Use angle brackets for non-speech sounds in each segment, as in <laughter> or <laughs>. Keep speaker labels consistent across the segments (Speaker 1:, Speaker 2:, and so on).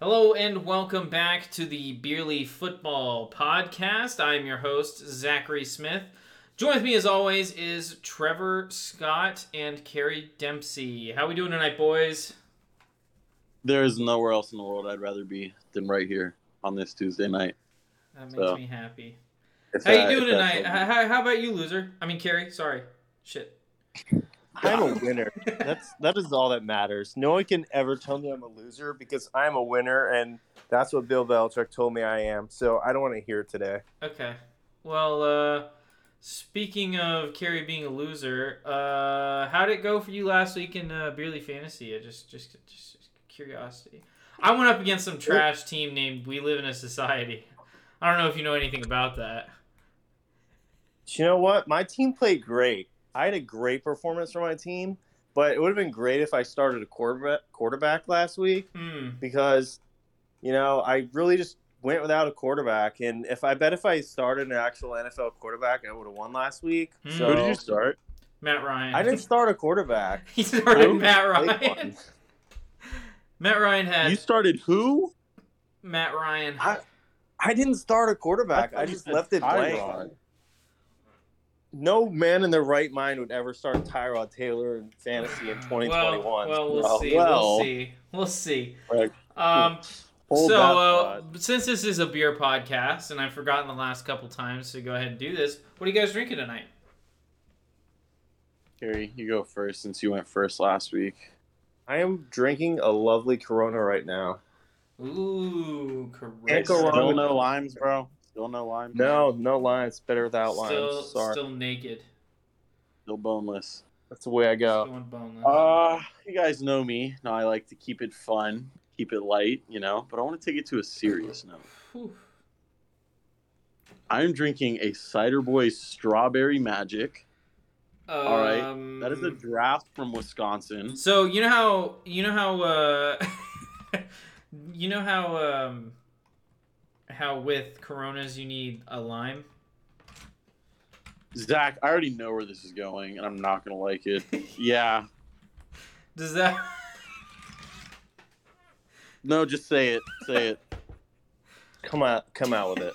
Speaker 1: Hello and welcome back to the Beerly Football Podcast. I'm your host, Zachary Smith. Join with me as always is Trevor Scott and Carrie Dempsey. How we doing tonight, boys?
Speaker 2: There is nowhere else in the world I'd rather be than right here on this Tuesday night.
Speaker 1: That makes
Speaker 2: So,
Speaker 1: me happy.
Speaker 2: If
Speaker 1: How you
Speaker 2: that-
Speaker 1: doing
Speaker 2: if that's
Speaker 1: tonight? How, how- how about you, loser? I mean, Carrie. Sorry. Shit.
Speaker 3: I'm a winner. That's that is all that matters. No one can ever tell me I'm a loser because I'm a winner, and that's what Bill Belichick told me I am. So I don't want to hear it today.
Speaker 1: Okay. Well, uh, speaking of Carrie being a loser, uh, how did it go for you last week in uh, Beerly Fantasy? I just, just, just curiosity. I went up against some trash team named We Live in a Society. I don't know if you know anything about that.
Speaker 3: But you know what? My team played great. I had a great performance for my team, but it would have been great if I started a quarterback quarterback last week
Speaker 1: Hmm.
Speaker 3: because, you know, I really just went without a quarterback. And if I bet if I started an actual NFL quarterback, I would have won last week.
Speaker 1: Hmm.
Speaker 3: So
Speaker 2: Who did you start?
Speaker 1: Matt Ryan.
Speaker 3: I
Speaker 1: <laughs>
Speaker 3: didn't start a quarterback.
Speaker 1: He started
Speaker 2: Who?
Speaker 1: Matt
Speaker 3: Played
Speaker 1: Ryan.
Speaker 3: one.
Speaker 1: <laughs> Matt Ryan had
Speaker 2: You started who?
Speaker 1: Matt Ryan.
Speaker 3: I- I didn't start a quarterback. I,
Speaker 2: thought you
Speaker 3: just
Speaker 2: said
Speaker 3: left it blank.
Speaker 2: Tyrod.
Speaker 3: No man in their right mind would ever start Tyrod Taylor in fantasy in 2021.
Speaker 1: Well, well, we'll
Speaker 2: Well,
Speaker 1: see.
Speaker 2: well.
Speaker 1: We'll see. We'll see.
Speaker 2: Like,
Speaker 1: Um,
Speaker 3: Hold
Speaker 1: so,
Speaker 3: that
Speaker 1: uh,
Speaker 3: thought.
Speaker 1: since this is a beer podcast, and I've forgotten the last couple times to go ahead and do this, what are you guys drinking tonight?
Speaker 2: Carrie, you go first since you went first last week.
Speaker 3: I am drinking a lovely Corona right now.
Speaker 1: Ooh, correct.
Speaker 3: Can't go wrong
Speaker 2: Still
Speaker 3: with-
Speaker 2: no limes, bro. Still no limes.
Speaker 3: No, no lines. Better without lines.
Speaker 1: Still,
Speaker 3: Sorry,
Speaker 1: still naked.
Speaker 2: Still boneless.
Speaker 3: that's the way I
Speaker 1: Still
Speaker 3: go.
Speaker 1: Going boneless.
Speaker 2: Uh, you guys know me. Now I like to keep it fun, keep it light, you know, but I want to take it to a serious note.
Speaker 1: Whew.
Speaker 2: I'm drinking a Cider Boy Strawberry Magic. all right.
Speaker 1: Um,
Speaker 2: That is a draft from Wisconsin.
Speaker 1: So you know how you know how uh, <laughs> you know how um, how with Coronas you need a lime.
Speaker 2: Zach, I already know where this is going, and I'm not gonna like
Speaker 3: <laughs>
Speaker 2: it. yeah,
Speaker 1: Does that? <laughs>
Speaker 2: no, just say it. Say it.
Speaker 3: Come out, come out with it.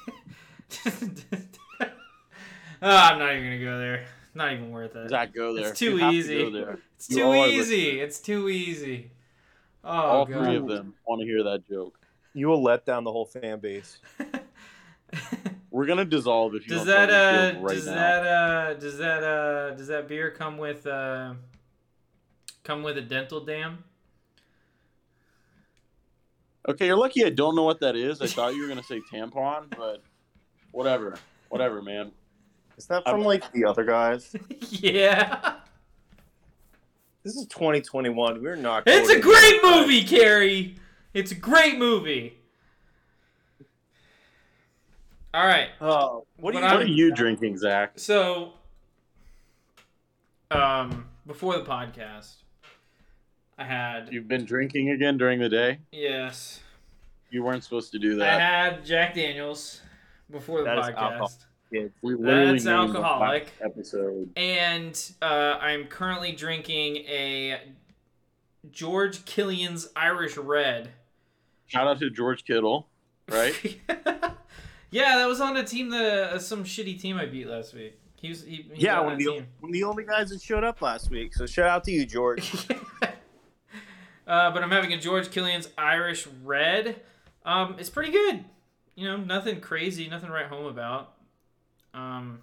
Speaker 1: oh, <laughs> Ah, I'm not even gonna go there. Not even worth it.
Speaker 2: Zach, go there.
Speaker 1: It's too
Speaker 2: You have to
Speaker 1: easy.
Speaker 2: go there.
Speaker 1: It's
Speaker 2: You
Speaker 1: too
Speaker 2: all are
Speaker 1: easy. It's too easy. Oh
Speaker 2: All
Speaker 1: god. <laughs>
Speaker 2: three of them want to hear that joke.
Speaker 3: You will let down the whole fan base.
Speaker 2: We're gonna dissolve if you
Speaker 1: does
Speaker 2: don't
Speaker 1: that
Speaker 2: tell me the
Speaker 1: uh
Speaker 2: joke right
Speaker 1: does
Speaker 2: now.
Speaker 1: that uh does that uh does that beer come with uh come with a dental dam? <laughs>
Speaker 2: Okay, you're lucky I don't know what that is. I thought you were gonna say tampon, but whatever, whatever, man.
Speaker 3: Is that from
Speaker 2: I'm-
Speaker 3: like the other guys?
Speaker 1: yeah.
Speaker 3: This is 2021. We're not.
Speaker 1: It's a
Speaker 3: quoting
Speaker 1: great
Speaker 3: that.
Speaker 1: movie, Carrie. It's a great movie. All right.
Speaker 3: Oh, what
Speaker 1: But
Speaker 3: are you?
Speaker 1: I'm-
Speaker 2: What are you drinking, Zach?
Speaker 1: So, um, before the podcast, I had
Speaker 2: You've been drinking again during the day.
Speaker 1: yes,
Speaker 2: You weren't supposed to do
Speaker 1: I
Speaker 2: that.
Speaker 1: had Jack Daniels before the
Speaker 3: That is alcohol.
Speaker 1: podcast,
Speaker 2: we literally
Speaker 1: That's
Speaker 2: named the last
Speaker 1: alcoholic.
Speaker 2: Episode.
Speaker 1: and uh, I'm currently drinking a George Killian's Irish Red.
Speaker 2: Shout out to George Kittle, right?
Speaker 1: <laughs> yeah, that was on a team that uh, some shitty team I beat last week. He was he, he was
Speaker 3: Yeah,
Speaker 1: on
Speaker 3: one of,
Speaker 1: that
Speaker 3: the,
Speaker 1: team.
Speaker 3: one of the only guys that showed up last week. So shout out to
Speaker 1: <laughs>
Speaker 3: you, George.
Speaker 1: uh, but I'm having a George Killian's Irish Red. Um, it's pretty good. You know, nothing crazy, nothing to write home about. Um,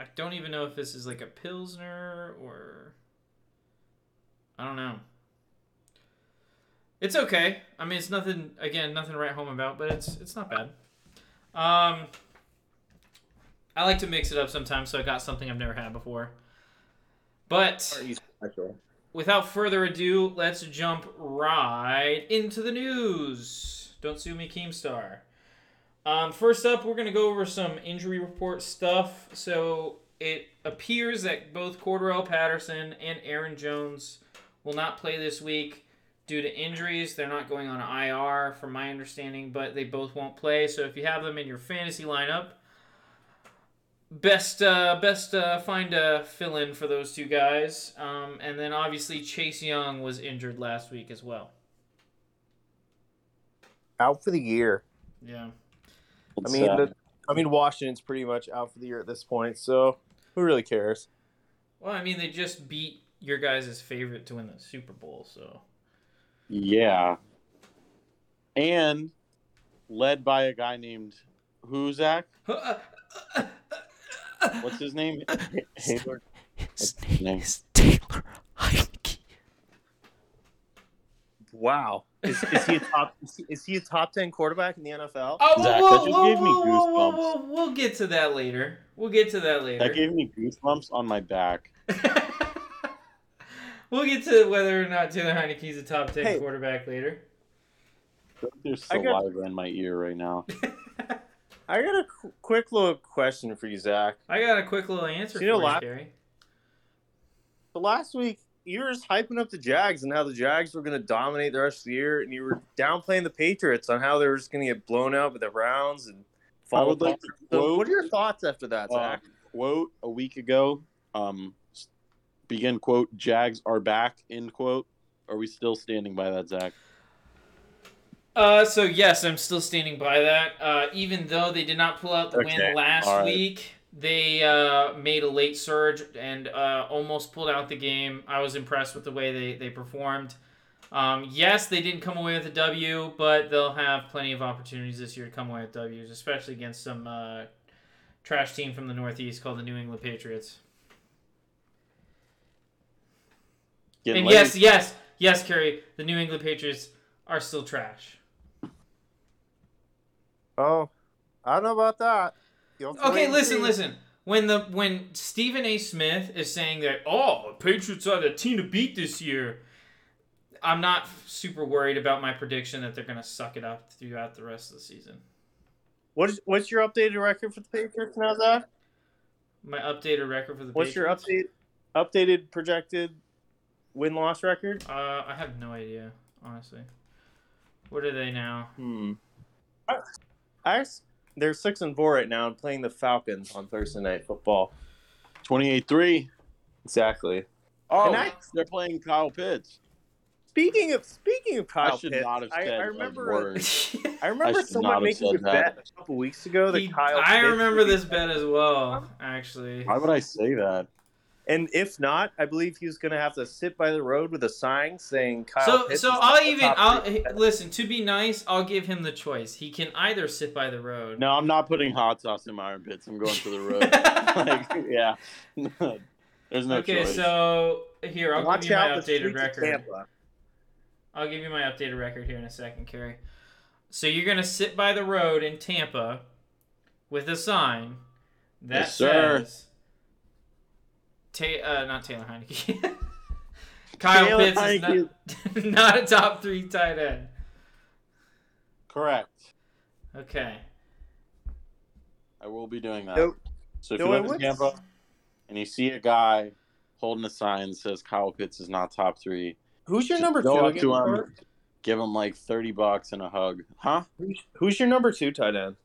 Speaker 1: I don't even know if this is like a Pilsner or. I don't know. It's okay. I mean, it's nothing. Again, nothing to write home about, but it's it's not bad. Um, I like to mix it up sometimes, so I got something I've never had before. But
Speaker 3: Aren't you special?
Speaker 1: without further ado, let's jump right into the news. Don't sue me, Keemstar. Um, first up, we're going to go over some injury report stuff. So it appears that both Cordell Patterson and Aaron Jones will not play this week due to injuries. They're not going on IR, from my understanding, but they both won't play. So if you have them in your fantasy lineup, best uh, best uh, find a fill in for those two guys. Um, and then obviously Chase Young was injured last week as well.
Speaker 3: out for the year.
Speaker 1: Yeah.
Speaker 3: I
Speaker 2: It's,
Speaker 3: mean,
Speaker 2: uh,
Speaker 3: the, I mean, Washington's pretty much out for the year at this point. So who really cares?
Speaker 1: Well, I mean, they just beat your guys' favorite to win the Super Bowl, so.
Speaker 2: yeah, and led by a guy named who Zach?
Speaker 1: uh,
Speaker 2: What's his name? Hayward. His name
Speaker 4: is Taylor Heineke.
Speaker 3: Wow. Is, is he a top? Is he, is he a top ten quarterback in the NFL?
Speaker 1: Oh,
Speaker 2: Zach, that
Speaker 1: whoa,
Speaker 2: just
Speaker 1: whoa,
Speaker 2: gave me
Speaker 1: whoa, whoa, whoa,
Speaker 2: goosebumps.
Speaker 1: whoa, We'll get to that later. We'll get to that later.
Speaker 2: That gave me goosebumps on my back.
Speaker 1: <laughs> we'll get to whether or not Taylor Heineke's a top 10
Speaker 3: Hey.
Speaker 1: quarterback later.
Speaker 2: There's
Speaker 3: I got-
Speaker 2: saliva in my ear right now.
Speaker 3: I got a qu- quick little question for you, Zach.
Speaker 1: I got a quick little answer
Speaker 3: You know
Speaker 1: for you,
Speaker 3: what?
Speaker 1: Gary.
Speaker 3: So last week you were just hyping up the Jags and how the Jags were going to dominate the rest of the year, and you were downplaying the Patriots on how they were just going to get blown out by the Browns and
Speaker 2: I
Speaker 3: fall
Speaker 2: would
Speaker 3: apart.
Speaker 2: like to
Speaker 3: So what
Speaker 2: quote,
Speaker 3: are your thoughts after that,
Speaker 2: uh,
Speaker 3: Zach?
Speaker 2: quote a week ago. Um, s- begin quote. Jags are back. End quote. Are we still standing by that, Zach?
Speaker 1: Uh, so yes, I'm still standing by that. Uh, even though they did not pull out the
Speaker 3: Okay,
Speaker 1: win last
Speaker 2: all right.
Speaker 1: week, they uh, made a late surge and uh, almost pulled out the game. I was impressed with the way they they performed. Um, yes, they didn't come away with a W, but they'll have plenty of opportunities this year to come away with W's, especially against some uh, trash team from the Northeast called the New England Patriots.
Speaker 2: Getting
Speaker 1: and
Speaker 2: late.
Speaker 1: yes, yes, yes, Kerry, the New England Patriots are still trash.
Speaker 3: Oh, I don't know about that. You'll have to wait
Speaker 1: Okay,
Speaker 3: and
Speaker 1: listen,
Speaker 3: see.
Speaker 1: listen. When the when Stephen A. Smith is saying that, oh, the Patriots are the team to beat this year, I'm not super worried about my prediction that they're gonna suck it up throughout the rest of the season.
Speaker 3: What is, what's your updated record for the Patriots now, Zach?
Speaker 1: My updated record for the
Speaker 3: What's your
Speaker 1: Patriots.
Speaker 3: update, updated projected win loss record?
Speaker 1: Uh, I have no idea, honestly. What are they
Speaker 3: <laughs>
Speaker 1: now?
Speaker 3: Hmm. I, I s- they're six and four right now and playing the Falcons on Thursday night football.
Speaker 2: Twenty-eight three.
Speaker 3: Exactly.
Speaker 2: Oh,
Speaker 3: And I-
Speaker 2: they're playing Kyle Pitts.
Speaker 3: Speaking of speaking of Kyle
Speaker 2: I should
Speaker 3: Pitts,
Speaker 2: not have
Speaker 3: I,
Speaker 2: said
Speaker 3: I
Speaker 2: those
Speaker 3: remember <laughs>
Speaker 2: words.
Speaker 3: I
Speaker 2: I
Speaker 3: remember
Speaker 2: should
Speaker 3: someone
Speaker 2: not have
Speaker 3: making a
Speaker 2: said that.
Speaker 3: bet a couple weeks ago that
Speaker 1: He-
Speaker 3: Kyle.
Speaker 1: I
Speaker 3: Pitts
Speaker 1: remember
Speaker 3: would be-
Speaker 1: this bet as well, actually.
Speaker 2: Why would I say that?
Speaker 3: and if not, I believe he was going to have to sit by the road with a sign saying Kyle.
Speaker 1: so
Speaker 3: Pitts
Speaker 1: so
Speaker 3: is
Speaker 1: I'll
Speaker 3: the
Speaker 1: even
Speaker 3: top
Speaker 1: I'll
Speaker 3: three.
Speaker 1: listen to be nice. I'll give him the choice. He can either sit by the road. <laughs>
Speaker 2: No, I'm not putting hot sauce in my armpits. I'm going for the road. <laughs>
Speaker 3: <laughs>
Speaker 2: like, yeah. <laughs> There's no
Speaker 1: okay,
Speaker 2: choice.
Speaker 1: so here I'll
Speaker 3: Watch
Speaker 1: give you my
Speaker 3: out, the
Speaker 1: updated
Speaker 3: streets of
Speaker 1: record.
Speaker 3: Tampa.
Speaker 1: I'll give you my updated record here in a second, Kerry. So you're gonna sit by the road in Tampa with a sign that
Speaker 2: Yes, sir.
Speaker 1: says, Ta- uh, not Taylor Heineke. <laughs> Kyle
Speaker 2: Taylor
Speaker 1: Pitts is not, <laughs> not a top three tight end.
Speaker 2: Correct.
Speaker 1: Okay. <laughs>
Speaker 2: I will be doing that.
Speaker 3: Nope.
Speaker 2: So if
Speaker 3: No,
Speaker 2: you
Speaker 3: I
Speaker 2: live in
Speaker 3: would-
Speaker 2: Tampa and you see a guy holding a sign that says Kyle Pitts is not top three,
Speaker 3: Who's your
Speaker 2: just
Speaker 3: number two?
Speaker 2: go up
Speaker 3: again,
Speaker 2: to him,
Speaker 3: Bert?
Speaker 2: give him like thirty bucks and a hug, huh?
Speaker 3: Who's- Who's your number two tight end?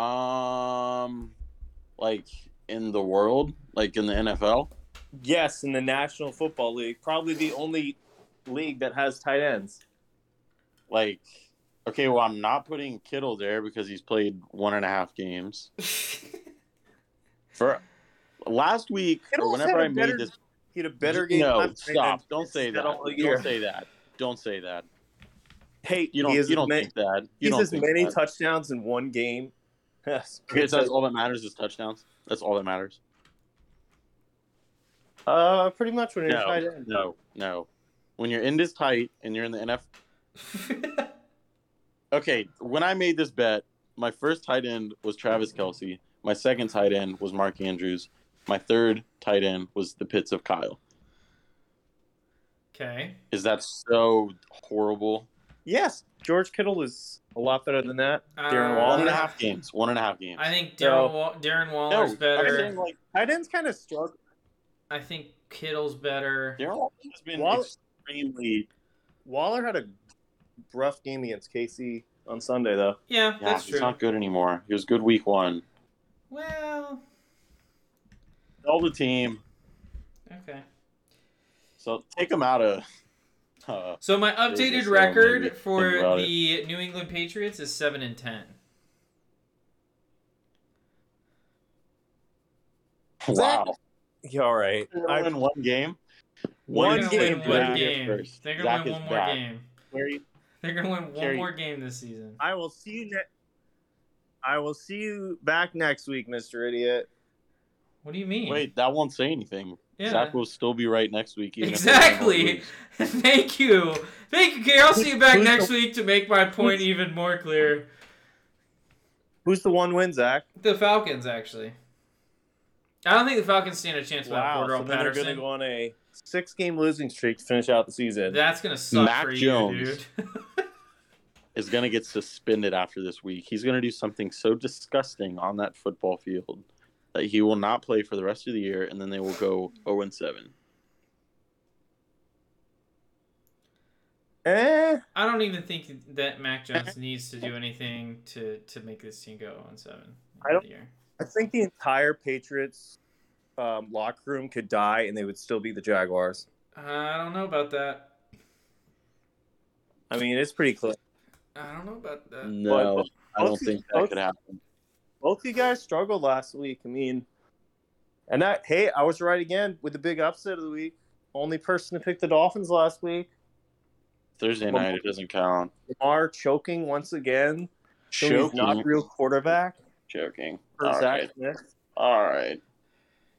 Speaker 2: Um, like in the world, like in the NFL.
Speaker 3: Yes, in the National Football League, probably the only league that has tight ends.
Speaker 2: Like, okay, well, I'm not putting Kittle there because he's played one and a half games. For last week, or
Speaker 3: Kittle's
Speaker 2: whenever
Speaker 3: had a
Speaker 2: I
Speaker 3: better
Speaker 2: made this,
Speaker 3: Get a better game.
Speaker 2: No,
Speaker 3: time
Speaker 2: stop!
Speaker 3: than-
Speaker 2: Don't say that.
Speaker 3: than all year.
Speaker 2: Don't say that. Don't say that.
Speaker 3: Hey,
Speaker 2: You don't.
Speaker 3: He has
Speaker 2: You don't
Speaker 3: as many,
Speaker 2: think that.
Speaker 3: he
Speaker 2: You
Speaker 3: has
Speaker 2: don't
Speaker 3: as
Speaker 2: think
Speaker 3: many
Speaker 2: that.
Speaker 3: touchdowns in one game. <laughs> Yes.
Speaker 2: Okay, so that's all that matters is touchdowns. That's all that matters.
Speaker 3: Uh, pretty much when you're tight
Speaker 2: No,
Speaker 3: end.
Speaker 2: no, no. When your end is tight and you're in the NFL. Okay, when I made this bet, my first tight end was Travis Kelsey. My second tight end was Mark Andrews. My third tight end was the pits of Kyle.
Speaker 1: okay.
Speaker 2: Is that so horrible?
Speaker 3: Yes, George Kittle is a lot better than that. Darren
Speaker 1: Uh,
Speaker 3: Waller.
Speaker 2: One and a half games. One and a half games.
Speaker 1: I think
Speaker 3: No.
Speaker 1: Darren Wa- Darren
Speaker 2: no,
Speaker 1: Waller's
Speaker 2: I'm
Speaker 1: better.
Speaker 2: saying like
Speaker 3: Tight ends kind of struggle.
Speaker 1: I think Kittle's better.
Speaker 2: Darren Waller has been
Speaker 3: Waller-
Speaker 2: extremely.
Speaker 3: Waller had a rough game against KC on Sunday, though.
Speaker 1: Yeah,
Speaker 2: Yeah,
Speaker 1: that's
Speaker 2: he's
Speaker 1: true.
Speaker 2: not good anymore. He was good week one.
Speaker 1: Well,
Speaker 2: All the team.
Speaker 1: okay.
Speaker 2: So take him out of. Uh,
Speaker 1: So my
Speaker 2: was
Speaker 1: updated
Speaker 2: just so
Speaker 1: record
Speaker 2: amazing
Speaker 1: for
Speaker 2: about it.
Speaker 1: the New England Patriots is seven and ten.
Speaker 2: wow.
Speaker 3: Yeah, all right.
Speaker 2: They're gonna
Speaker 3: I,
Speaker 2: win one game.
Speaker 3: One
Speaker 1: They're gonna
Speaker 3: game,
Speaker 1: win
Speaker 3: Zach
Speaker 1: one
Speaker 3: is
Speaker 1: game.
Speaker 2: first.
Speaker 1: They're gonna
Speaker 2: Zach
Speaker 1: win
Speaker 2: is
Speaker 1: one more
Speaker 2: back.
Speaker 1: game.
Speaker 2: Where you-
Speaker 1: They're gonna win one
Speaker 2: Jerry-
Speaker 1: more game this season.
Speaker 3: I will see you. Ne- I will see you back next week, Mister Idiot.
Speaker 1: What do you mean?
Speaker 2: Wait, that won't say anything.
Speaker 1: yeah.
Speaker 2: Zach will still be right next week. even if they win or
Speaker 1: Exactly.
Speaker 2: lose.
Speaker 1: <laughs> Thank you. Thank you, Gary. I'll see you back
Speaker 3: Who's the-
Speaker 1: next week to make my point even more clear.
Speaker 3: Who's the one win, Zach?
Speaker 1: The Falcons, actually. I don't think the Falcons stand a chance without
Speaker 3: Wow,
Speaker 1: Cordell
Speaker 3: so then they're
Speaker 1: Patterson.
Speaker 3: going to go on a six-game losing streak to finish out the season.
Speaker 1: That's gonna suck
Speaker 2: Mac
Speaker 1: for you,
Speaker 2: Jones.
Speaker 1: dude. <laughs>
Speaker 2: Is going to get suspended after this week. He's going to do something so disgusting on that football field that he will not play for the rest of the year, and then they will go 0 7.
Speaker 3: eh,
Speaker 1: I don't even think that Mac Jones needs to do anything to to make this team go on seven.
Speaker 3: I don't-
Speaker 1: the year.
Speaker 3: I think the entire Patriots um, locker room could die, and they would still be the Jaguars.
Speaker 1: I don't know about that.
Speaker 3: I mean, it's pretty close.
Speaker 1: I don't know about that.
Speaker 3: Mm.
Speaker 2: No, I don't think that could happen.
Speaker 3: Both you guys struggled last week. I mean, and that hey, I was right again with the big upset of the week. Only person to pick the Dolphins last week.
Speaker 2: Thursday night, it doesn't count.
Speaker 3: Lamar choking once again. So he's
Speaker 2: Choking.
Speaker 3: not a real quarterback
Speaker 2: Joking.
Speaker 3: for
Speaker 2: All
Speaker 3: Zach
Speaker 2: right.
Speaker 3: Smith.
Speaker 2: All right.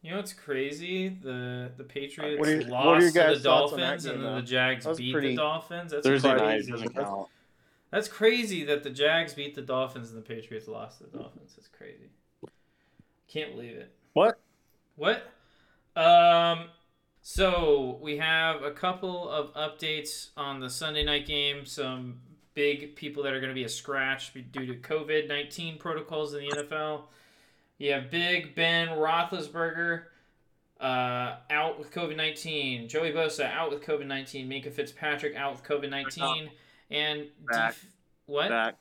Speaker 1: You know what's crazy? The the Patriots
Speaker 3: What are your- what are your
Speaker 1: lost to the
Speaker 3: guys' thoughts on that
Speaker 1: Dolphins, and
Speaker 3: game,
Speaker 1: then the
Speaker 3: though?
Speaker 1: Jags
Speaker 3: That was
Speaker 1: beat the
Speaker 3: pretty-
Speaker 1: Dolphins. That's
Speaker 2: Thursday
Speaker 1: crazy.
Speaker 2: night,
Speaker 3: Friday.
Speaker 2: it doesn't count.
Speaker 1: That's crazy that the Jags beat the Dolphins and the Patriots lost to the Dolphins. That's crazy. Can't believe it.
Speaker 3: What?
Speaker 1: What? Um. So we have a couple of updates on the Sunday night game. Some big people that are going to be a scratch be- due to COVID nineteen protocols in the NFL. You have Big Ben Roethlisberger uh, out with COVID nineteen. Joey Bosa out with COVID nineteen. Minka Fitzpatrick out with COVID nineteen. And
Speaker 3: Back.
Speaker 1: def- what?
Speaker 3: Zach.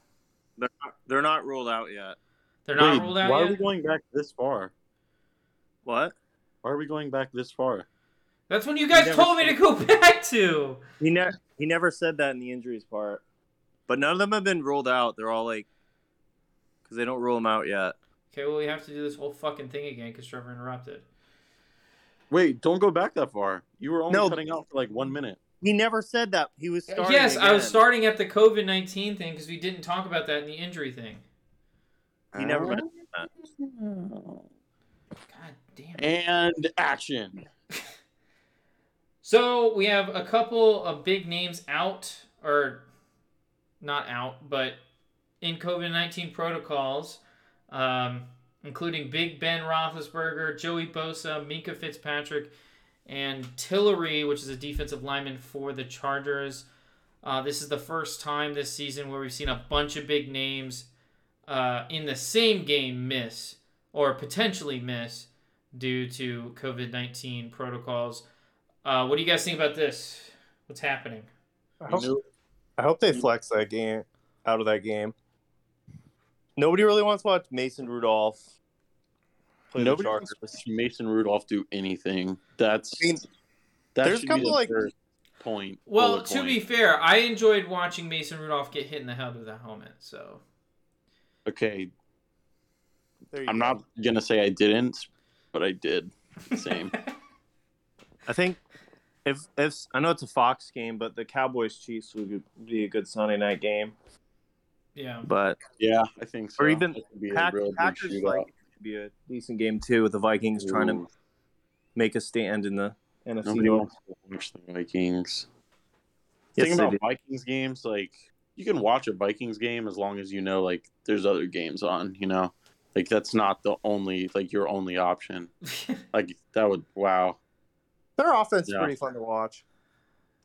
Speaker 3: They're not, they're not ruled out yet.
Speaker 1: They're not
Speaker 2: Wait,
Speaker 1: ruled out
Speaker 2: why
Speaker 1: yet.
Speaker 2: are we going back this far?
Speaker 3: What?
Speaker 2: Why are we going back this far?
Speaker 1: That's when you
Speaker 3: We
Speaker 1: guys
Speaker 3: never
Speaker 1: told me to
Speaker 3: said-
Speaker 1: go <laughs> back to.
Speaker 3: He never he never said that in the injuries part. But none of them have been ruled out. They're all like because they don't rule them out yet.
Speaker 1: Okay, well we have to do this whole fucking thing again because Trevor interrupted.
Speaker 2: Wait, don't go back that far. You were only
Speaker 3: No.
Speaker 2: cutting out for like one minute.
Speaker 3: He never said that. He was starting.
Speaker 1: yes, I was
Speaker 3: again.
Speaker 1: starting at the COVID nineteen thing because we didn't talk about that in the injury thing.
Speaker 3: He never went.
Speaker 1: God damn. it.
Speaker 2: And action.
Speaker 1: So we have a couple of big names out, or not out, but in COVID nineteen protocols, um, including Big Ben Roethlisberger, Joey Bosa, Minka Fitzpatrick, and Tillery, which is a defensive lineman for the Chargers. Uh, this is the first time this season where we've seen a bunch of big names uh, in the same game miss or potentially miss due to COVID nineteen protocols. Uh, what do you guys think about this? What's happening?
Speaker 3: I
Speaker 2: You
Speaker 3: hope,
Speaker 2: knew-
Speaker 3: I hope they flex that game out of that game. Nobody really wants to watch Mason Rudolph play
Speaker 2: nobody
Speaker 3: the
Speaker 2: wants
Speaker 3: Chargers.
Speaker 2: to see Mason Rudolph do anything. That's
Speaker 3: I mean,
Speaker 2: that
Speaker 3: there's
Speaker 2: should
Speaker 3: a
Speaker 2: be
Speaker 3: couple,
Speaker 2: the
Speaker 3: like-
Speaker 2: third point.
Speaker 1: Well,
Speaker 2: bullet
Speaker 1: to
Speaker 2: point.
Speaker 1: be fair, I enjoyed watching Mason Rudolph get hit in the head with a helmet. So
Speaker 2: okay,
Speaker 3: There you
Speaker 2: I'm
Speaker 3: go.
Speaker 2: not gonna say I didn't, but I did. <laughs> Same.
Speaker 3: I think if if I know it's a Fox game, but the Cowboys Chiefs would be a good Sunday night game.
Speaker 1: <laughs> yeah,
Speaker 3: But
Speaker 2: yeah, I think so.
Speaker 3: Or even
Speaker 2: That could be a
Speaker 3: Pack,
Speaker 2: real big
Speaker 3: Packers
Speaker 2: shootout.
Speaker 3: like could be a decent game too with the Vikings trying to
Speaker 2: Ooh,
Speaker 3: make a stand in the NFC.
Speaker 2: nobody
Speaker 3: North.
Speaker 2: wants to watch the Vikings.
Speaker 3: Yes,
Speaker 2: Thing
Speaker 3: they
Speaker 2: about
Speaker 3: do.
Speaker 2: Vikings games, like you can watch a Vikings game as long as you know like there's other games on. You know, like that's not the only like your only option. Like that would wow.
Speaker 3: Their offense is
Speaker 2: Yeah.
Speaker 3: pretty fun to watch.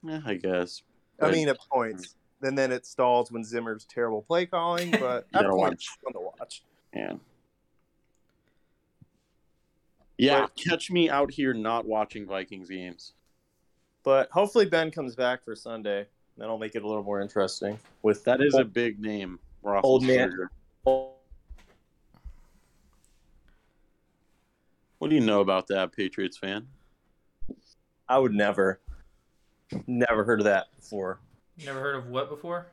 Speaker 2: Yeah, I guess.
Speaker 3: I
Speaker 2: Right.
Speaker 3: mean, at points, and then it stalls when Zimmer's terrible play calling. But
Speaker 2: mm. <laughs> You
Speaker 3: at
Speaker 2: gotta
Speaker 3: points, it's fun to watch.
Speaker 2: Yeah. Yeah, catch me out here not watching Vikings games.
Speaker 3: But hopefully Ben comes back for Sunday. That'll make it a little more interesting. With
Speaker 2: That is a big name,
Speaker 3: Old man.
Speaker 2: Roethlisberger. What do you know about that, Patriots fan?
Speaker 3: I would never. Never heard of that before.
Speaker 1: Never heard of what <laughs> before?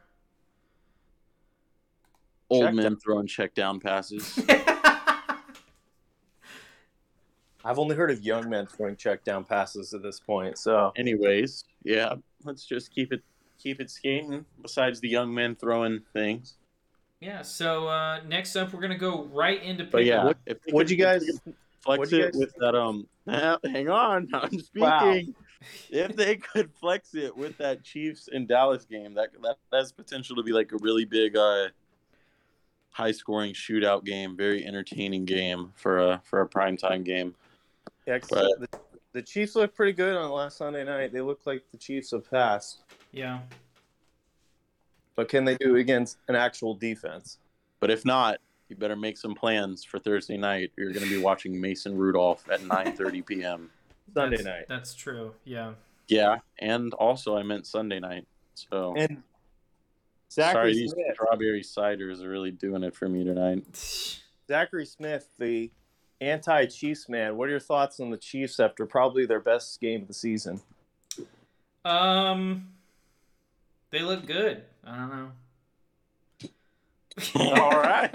Speaker 2: Old
Speaker 3: Check
Speaker 2: men
Speaker 3: down.
Speaker 2: throwing check down passes.
Speaker 3: I've only heard of young men throwing check down passes at this point. So
Speaker 2: Anyways, yeah, let's just keep it keep it skating. Besides the young men throwing things,
Speaker 1: yeah. So uh, next up, we're gonna go right into
Speaker 2: but yeah,
Speaker 1: pickleball.
Speaker 2: if they
Speaker 3: what'd
Speaker 2: could-
Speaker 3: you guys
Speaker 2: if they could flex
Speaker 3: what'd you
Speaker 2: it
Speaker 3: guys-
Speaker 2: with that? Um, <laughs> ah, hang on, I'm speaking.
Speaker 3: Wow.
Speaker 2: If they could flex it with that Chiefs and Dallas game, that that has potential to be like a really big, uh, high scoring shootout game. Very entertaining game for a for a prime time game.
Speaker 3: yeah, 'cause the, the Chiefs looked pretty good on last Sunday night. They look like the Chiefs have passed.
Speaker 1: Yeah.
Speaker 3: But can they do it against an actual defense?
Speaker 2: But if not, you better make some plans for Thursday night. You're going to be watching Mason Rudolph at 9:30 p.m.
Speaker 3: Sunday
Speaker 1: that's,
Speaker 3: night.
Speaker 1: That's true. Yeah. <laughs>
Speaker 2: Yeah, and also I meant Sunday night. So
Speaker 3: And
Speaker 2: sorry,
Speaker 3: Zachary
Speaker 2: these
Speaker 3: Smith,
Speaker 2: strawberry ciders are really doing it for me tonight.
Speaker 3: Zachary Smith, the anti Chiefs man, what are your thoughts on the Chiefs after probably their best game of the season?
Speaker 1: Um, they look good. I don't know.
Speaker 2: All right.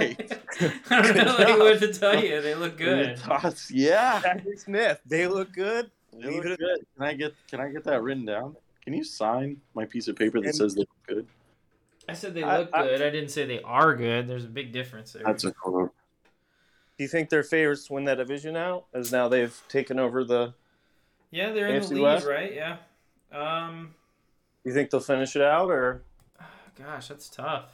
Speaker 1: I don't
Speaker 3: Good
Speaker 1: know like,
Speaker 3: job.
Speaker 1: what to tell you. They look <laughs>
Speaker 2: Your
Speaker 1: good.
Speaker 2: thoughts? Yeah.
Speaker 3: Zachary Smith, they look good.
Speaker 2: They look good. Can I get Can I get that written down? Can you sign my piece of paper that says they look good?
Speaker 1: I said they
Speaker 3: I-
Speaker 1: look
Speaker 3: I-
Speaker 1: good. I didn't say they are good. There's a big difference there.
Speaker 2: That's a quote.
Speaker 3: Do you think they're favorites to win that division now? As now they've taken over the.
Speaker 1: yeah, they're in
Speaker 3: AFC
Speaker 1: the lead,
Speaker 3: West?
Speaker 1: right? Yeah. Um, ah,
Speaker 3: You think they'll finish it out, or
Speaker 1: gosh, that's tough.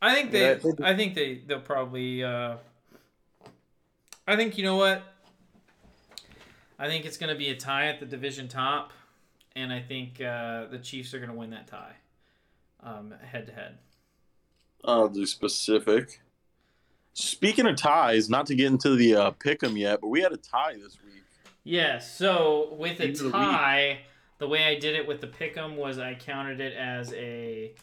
Speaker 1: I think they.
Speaker 3: Yeah, I think-
Speaker 1: I think they. They'll probably. Uh, I think you know what. I think it's going to be a tie at the division top, and I think uh, the Chiefs are going to win that tie, um, head to head.
Speaker 2: I'll do specific. Speaking of ties, not to get into the uh, pick 'em yet, but we had a tie this week.
Speaker 1: Yeah, so with a
Speaker 2: Team of the week.
Speaker 1: tie, the way I did it with the pick'em was I counted it as a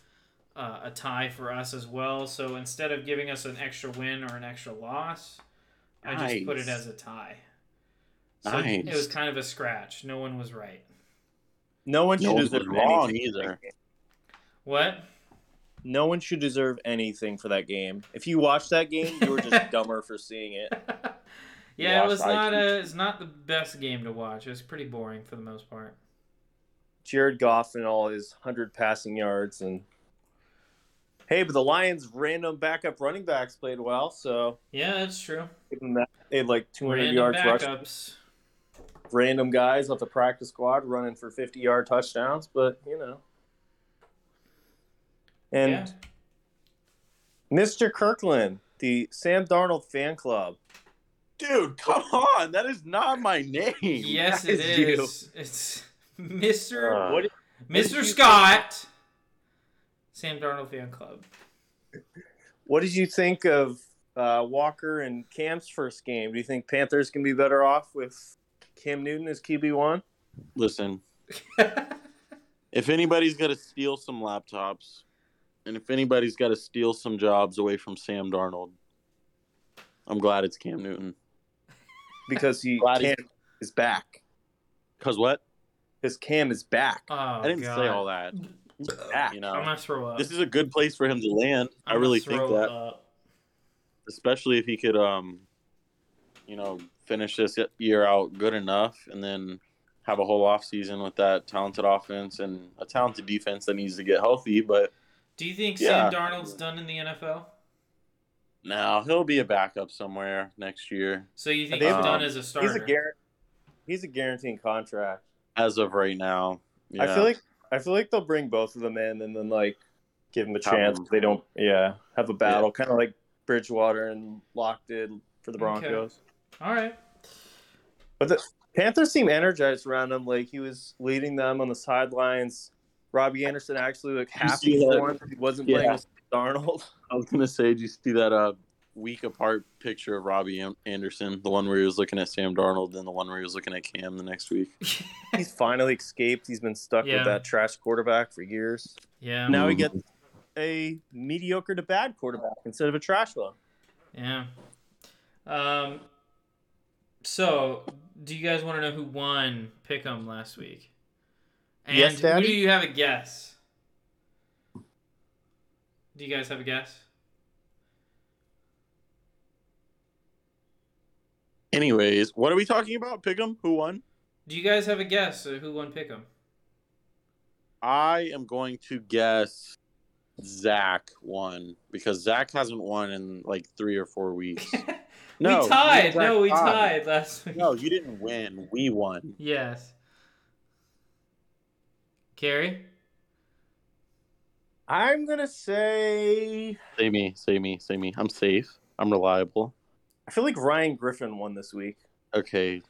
Speaker 1: uh, a tie for us as well. So instead of giving us an extra win or an extra loss, I just put it
Speaker 2: Nice.
Speaker 1: as a tie. So it
Speaker 2: Nice.
Speaker 1: was kind of a scratch. No one was right.
Speaker 3: no one should
Speaker 2: No one was
Speaker 3: deserve
Speaker 2: wrong
Speaker 3: anything.
Speaker 2: either.
Speaker 1: What? <laughs>
Speaker 3: No one should deserve anything for that game. If you watched that game, you were <laughs> just dumber for seeing it.
Speaker 1: yeah, it
Speaker 2: Lost
Speaker 1: was
Speaker 2: IQ.
Speaker 1: not a. It's not the best game to watch. It was pretty boring for the most part.
Speaker 3: Jared Goff and all his hundred passing yards and. Hey, but the Lions' random backup running backs played well, so
Speaker 1: Yeah, that's true.
Speaker 3: give them that. They had like 200
Speaker 1: Random
Speaker 3: yards rushing.
Speaker 1: backups.
Speaker 3: random guys off the practice squad running for 50 yard touchdowns, but you know. And
Speaker 1: yeah.
Speaker 3: Mr. Kirkland, the Sam Darnold fan club.
Speaker 2: Dude, come on. That is not my name.
Speaker 1: Yes,
Speaker 2: That
Speaker 1: it
Speaker 2: you.
Speaker 1: is. It's <laughs> Mr.
Speaker 2: Uh,
Speaker 3: What
Speaker 1: Mr.
Speaker 3: you-
Speaker 1: Scott. Sam Darnold fan club.
Speaker 3: what did you think of uh, Walker and Cam's first game? Do you think Panthers can be better off with Cam Newton as QB one?
Speaker 2: Listen, if anybody's got to steal some laptops and if anybody's got to steal some jobs away from Sam Darnold, I'm glad it's Cam Newton.
Speaker 3: Because
Speaker 2: <laughs>
Speaker 3: he
Speaker 2: Glad he-
Speaker 3: Cam is back.
Speaker 2: Because what?
Speaker 3: Because Cam is back.
Speaker 1: oh,
Speaker 2: I didn't
Speaker 1: God.
Speaker 2: say all that.
Speaker 3: back.
Speaker 2: You
Speaker 1: I'm
Speaker 2: know,
Speaker 1: gonna throw up.
Speaker 2: this is a good place for him to land.
Speaker 1: I'm
Speaker 2: I really
Speaker 1: gonna
Speaker 2: think
Speaker 1: throw
Speaker 2: that,
Speaker 1: up.
Speaker 2: especially if he could, um, you know, finish this year out good enough and then have a whole offseason with that talented offense and a talented defense that needs to get healthy. But
Speaker 1: Do you think
Speaker 2: Yeah.
Speaker 1: Sam Darnold's done in the NFL?
Speaker 2: now he'll be a backup somewhere next year.
Speaker 1: So you think
Speaker 3: They've-
Speaker 1: he's done
Speaker 2: Um,
Speaker 1: as a starter?
Speaker 3: He's a guar- he's a guaranteeing contract.
Speaker 2: as of right now.
Speaker 3: I feel like I feel like they'll bring both of them in and then like give them a
Speaker 2: Have
Speaker 3: chance.
Speaker 2: them-
Speaker 3: They don't, yeah, have a battle, kind of like Bridgewater and Locke did for the
Speaker 1: Okay.
Speaker 3: Broncos.
Speaker 1: All right. <laughs>
Speaker 3: But the Panthers seem energized around him. Like he was leading them on the sidelines. Robbie Anderson actually looked happy
Speaker 2: see that?
Speaker 3: for him. that He wasn't
Speaker 2: Yeah.
Speaker 3: playing with Darnold. <laughs>
Speaker 2: I was gonna say, did you see that uh, week apart picture of Robbie Am- Anderson, the one where he was looking at Sam Darnold, and the one where he was looking at Cam the next week?
Speaker 3: He's finally escaped. He's been stuck
Speaker 1: Yeah.
Speaker 3: with that trash quarterback for years.
Speaker 1: Yeah.
Speaker 3: Now he gets a mediocre to bad quarterback instead of a trash one.
Speaker 1: Yeah. Um. So, do you guys want to know who won Pick'em last week? And
Speaker 3: Yes, Daddy?
Speaker 1: who do you have a guess? Do you guys have a guess?
Speaker 2: Anyways, what are we talking about? Pick'em? Who won?
Speaker 1: Do you guys have a guess of who won Pick'em?
Speaker 2: I am going to guess Zach won because Zach hasn't won in like three or
Speaker 1: <laughs>
Speaker 2: four weeks. No,
Speaker 1: we tied.
Speaker 2: Zach
Speaker 1: No, we tied <laughs> last week.
Speaker 2: No, you didn't win. We won.
Speaker 1: Yes. Carrie?
Speaker 3: I'm gonna say
Speaker 2: Say me, say me, say me. I'm safe. I'm reliable.
Speaker 3: I feel like Ryan Griffin won this week.
Speaker 2: Okay.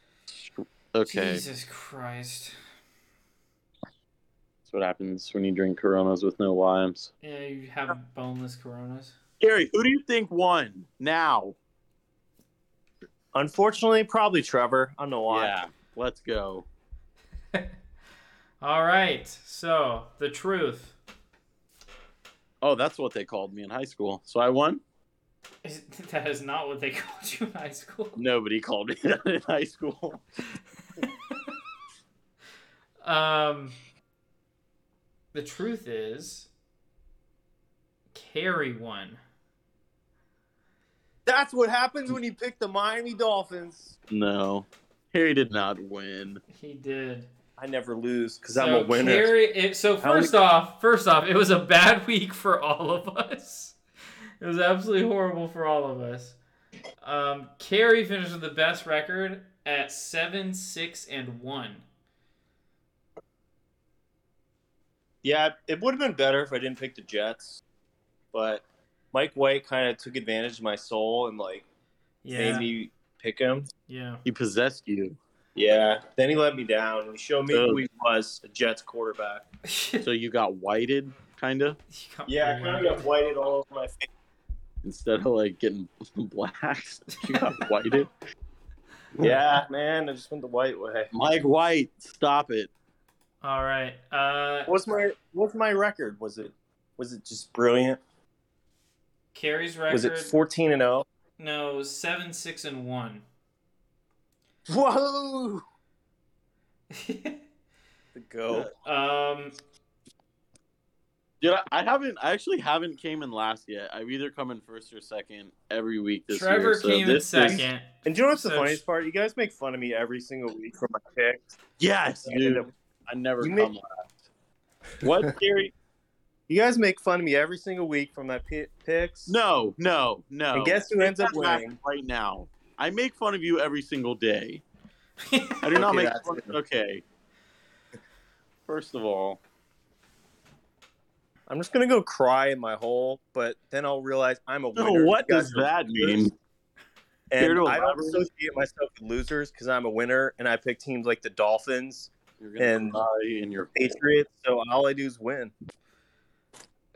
Speaker 2: Okay.
Speaker 1: Jesus Christ.
Speaker 2: That's what happens when you drink Coronas with no limes.
Speaker 1: Yeah, you have boneless coronas.
Speaker 2: Gary, who do you think won now?
Speaker 3: Unfortunately, probably Trevor. I don't know why.
Speaker 2: Yeah. Let's go.
Speaker 1: All right. So, the truth.
Speaker 2: Oh, that's what they called me in high school. So I won?
Speaker 1: Is, <laughs> that is not what they <laughs> called you in high school.
Speaker 2: Nobody <laughs> called me that in high school.
Speaker 1: Um, the truth is, Carrie won.
Speaker 3: That's what happens when you pick the Miami Dolphins.
Speaker 2: No. Harry did not win.
Speaker 1: He did.
Speaker 3: I never lose because
Speaker 1: So Carrie, it, so
Speaker 3: How
Speaker 1: first off, first off, it was a bad <laughs> week for all of us. It was absolutely horrible for all of us. Um, Carrie finished with the best record at seven, six, and one.
Speaker 3: Yeah, it would have been better if I didn't pick the Jets, but Mike White kind of took advantage of my soul and like
Speaker 1: Yeah,
Speaker 3: made me pick him.
Speaker 1: yeah. <laughs>
Speaker 2: He possessed you.
Speaker 3: Yeah. Then he let me down. He showed me who
Speaker 2: Ugh.
Speaker 3: he was, a Jets quarterback.
Speaker 2: So you got whited, kind of,
Speaker 1: You got
Speaker 3: Yeah, I
Speaker 1: one.
Speaker 3: kind of got whited all over my face.
Speaker 2: instead of like getting <laughs> blacked. You
Speaker 3: <laughs>
Speaker 2: got whited.
Speaker 3: <laughs> Yeah, man, I just went the white way.
Speaker 2: Mike White, stop it.
Speaker 1: All right. Uh,
Speaker 3: What's my what's my record? Was it was it just brilliant?
Speaker 1: Carrie's record.
Speaker 3: Was it fourteen and oh? zero?
Speaker 1: No, it was seven, six, and one. <laughs>
Speaker 3: Whoa! The go.
Speaker 1: um,
Speaker 2: Dude, I, I haven't. I actually haven't came in last yet. I've either come in first or second every week this
Speaker 1: Trevor
Speaker 2: year. So
Speaker 1: came in
Speaker 2: this is-
Speaker 1: second.
Speaker 3: And do you know what's the
Speaker 1: So-
Speaker 3: funniest part? You guys make fun of me every single week for my picks.
Speaker 2: yes, dude. I never
Speaker 3: You
Speaker 2: come
Speaker 3: make-
Speaker 2: last. What, Gary?
Speaker 3: You guys make fun of me every single week for my pi picks.
Speaker 2: No, no, no.
Speaker 3: And guess who ends up
Speaker 2: That's not
Speaker 3: winning?
Speaker 2: right now. I make fun of you every single day.
Speaker 3: <laughs>
Speaker 2: I do not
Speaker 3: Okay,
Speaker 2: make
Speaker 3: that's
Speaker 2: fun.
Speaker 3: it.
Speaker 2: Okay. First of all,
Speaker 3: I'm just gonna go cry in my hole, but then I'll realize I'm a
Speaker 2: no,
Speaker 3: winner.
Speaker 2: what
Speaker 3: You
Speaker 2: does
Speaker 3: guys are
Speaker 2: that
Speaker 3: losers.
Speaker 2: mean? Care
Speaker 3: And
Speaker 2: to
Speaker 3: I don't
Speaker 2: elaborate?
Speaker 3: associate myself with losers because I'm a winner, and I pick teams like the Dolphins,
Speaker 2: You're
Speaker 3: And-
Speaker 2: cry in your
Speaker 3: Patriots. So all I do
Speaker 2: <laughs>
Speaker 3: is win.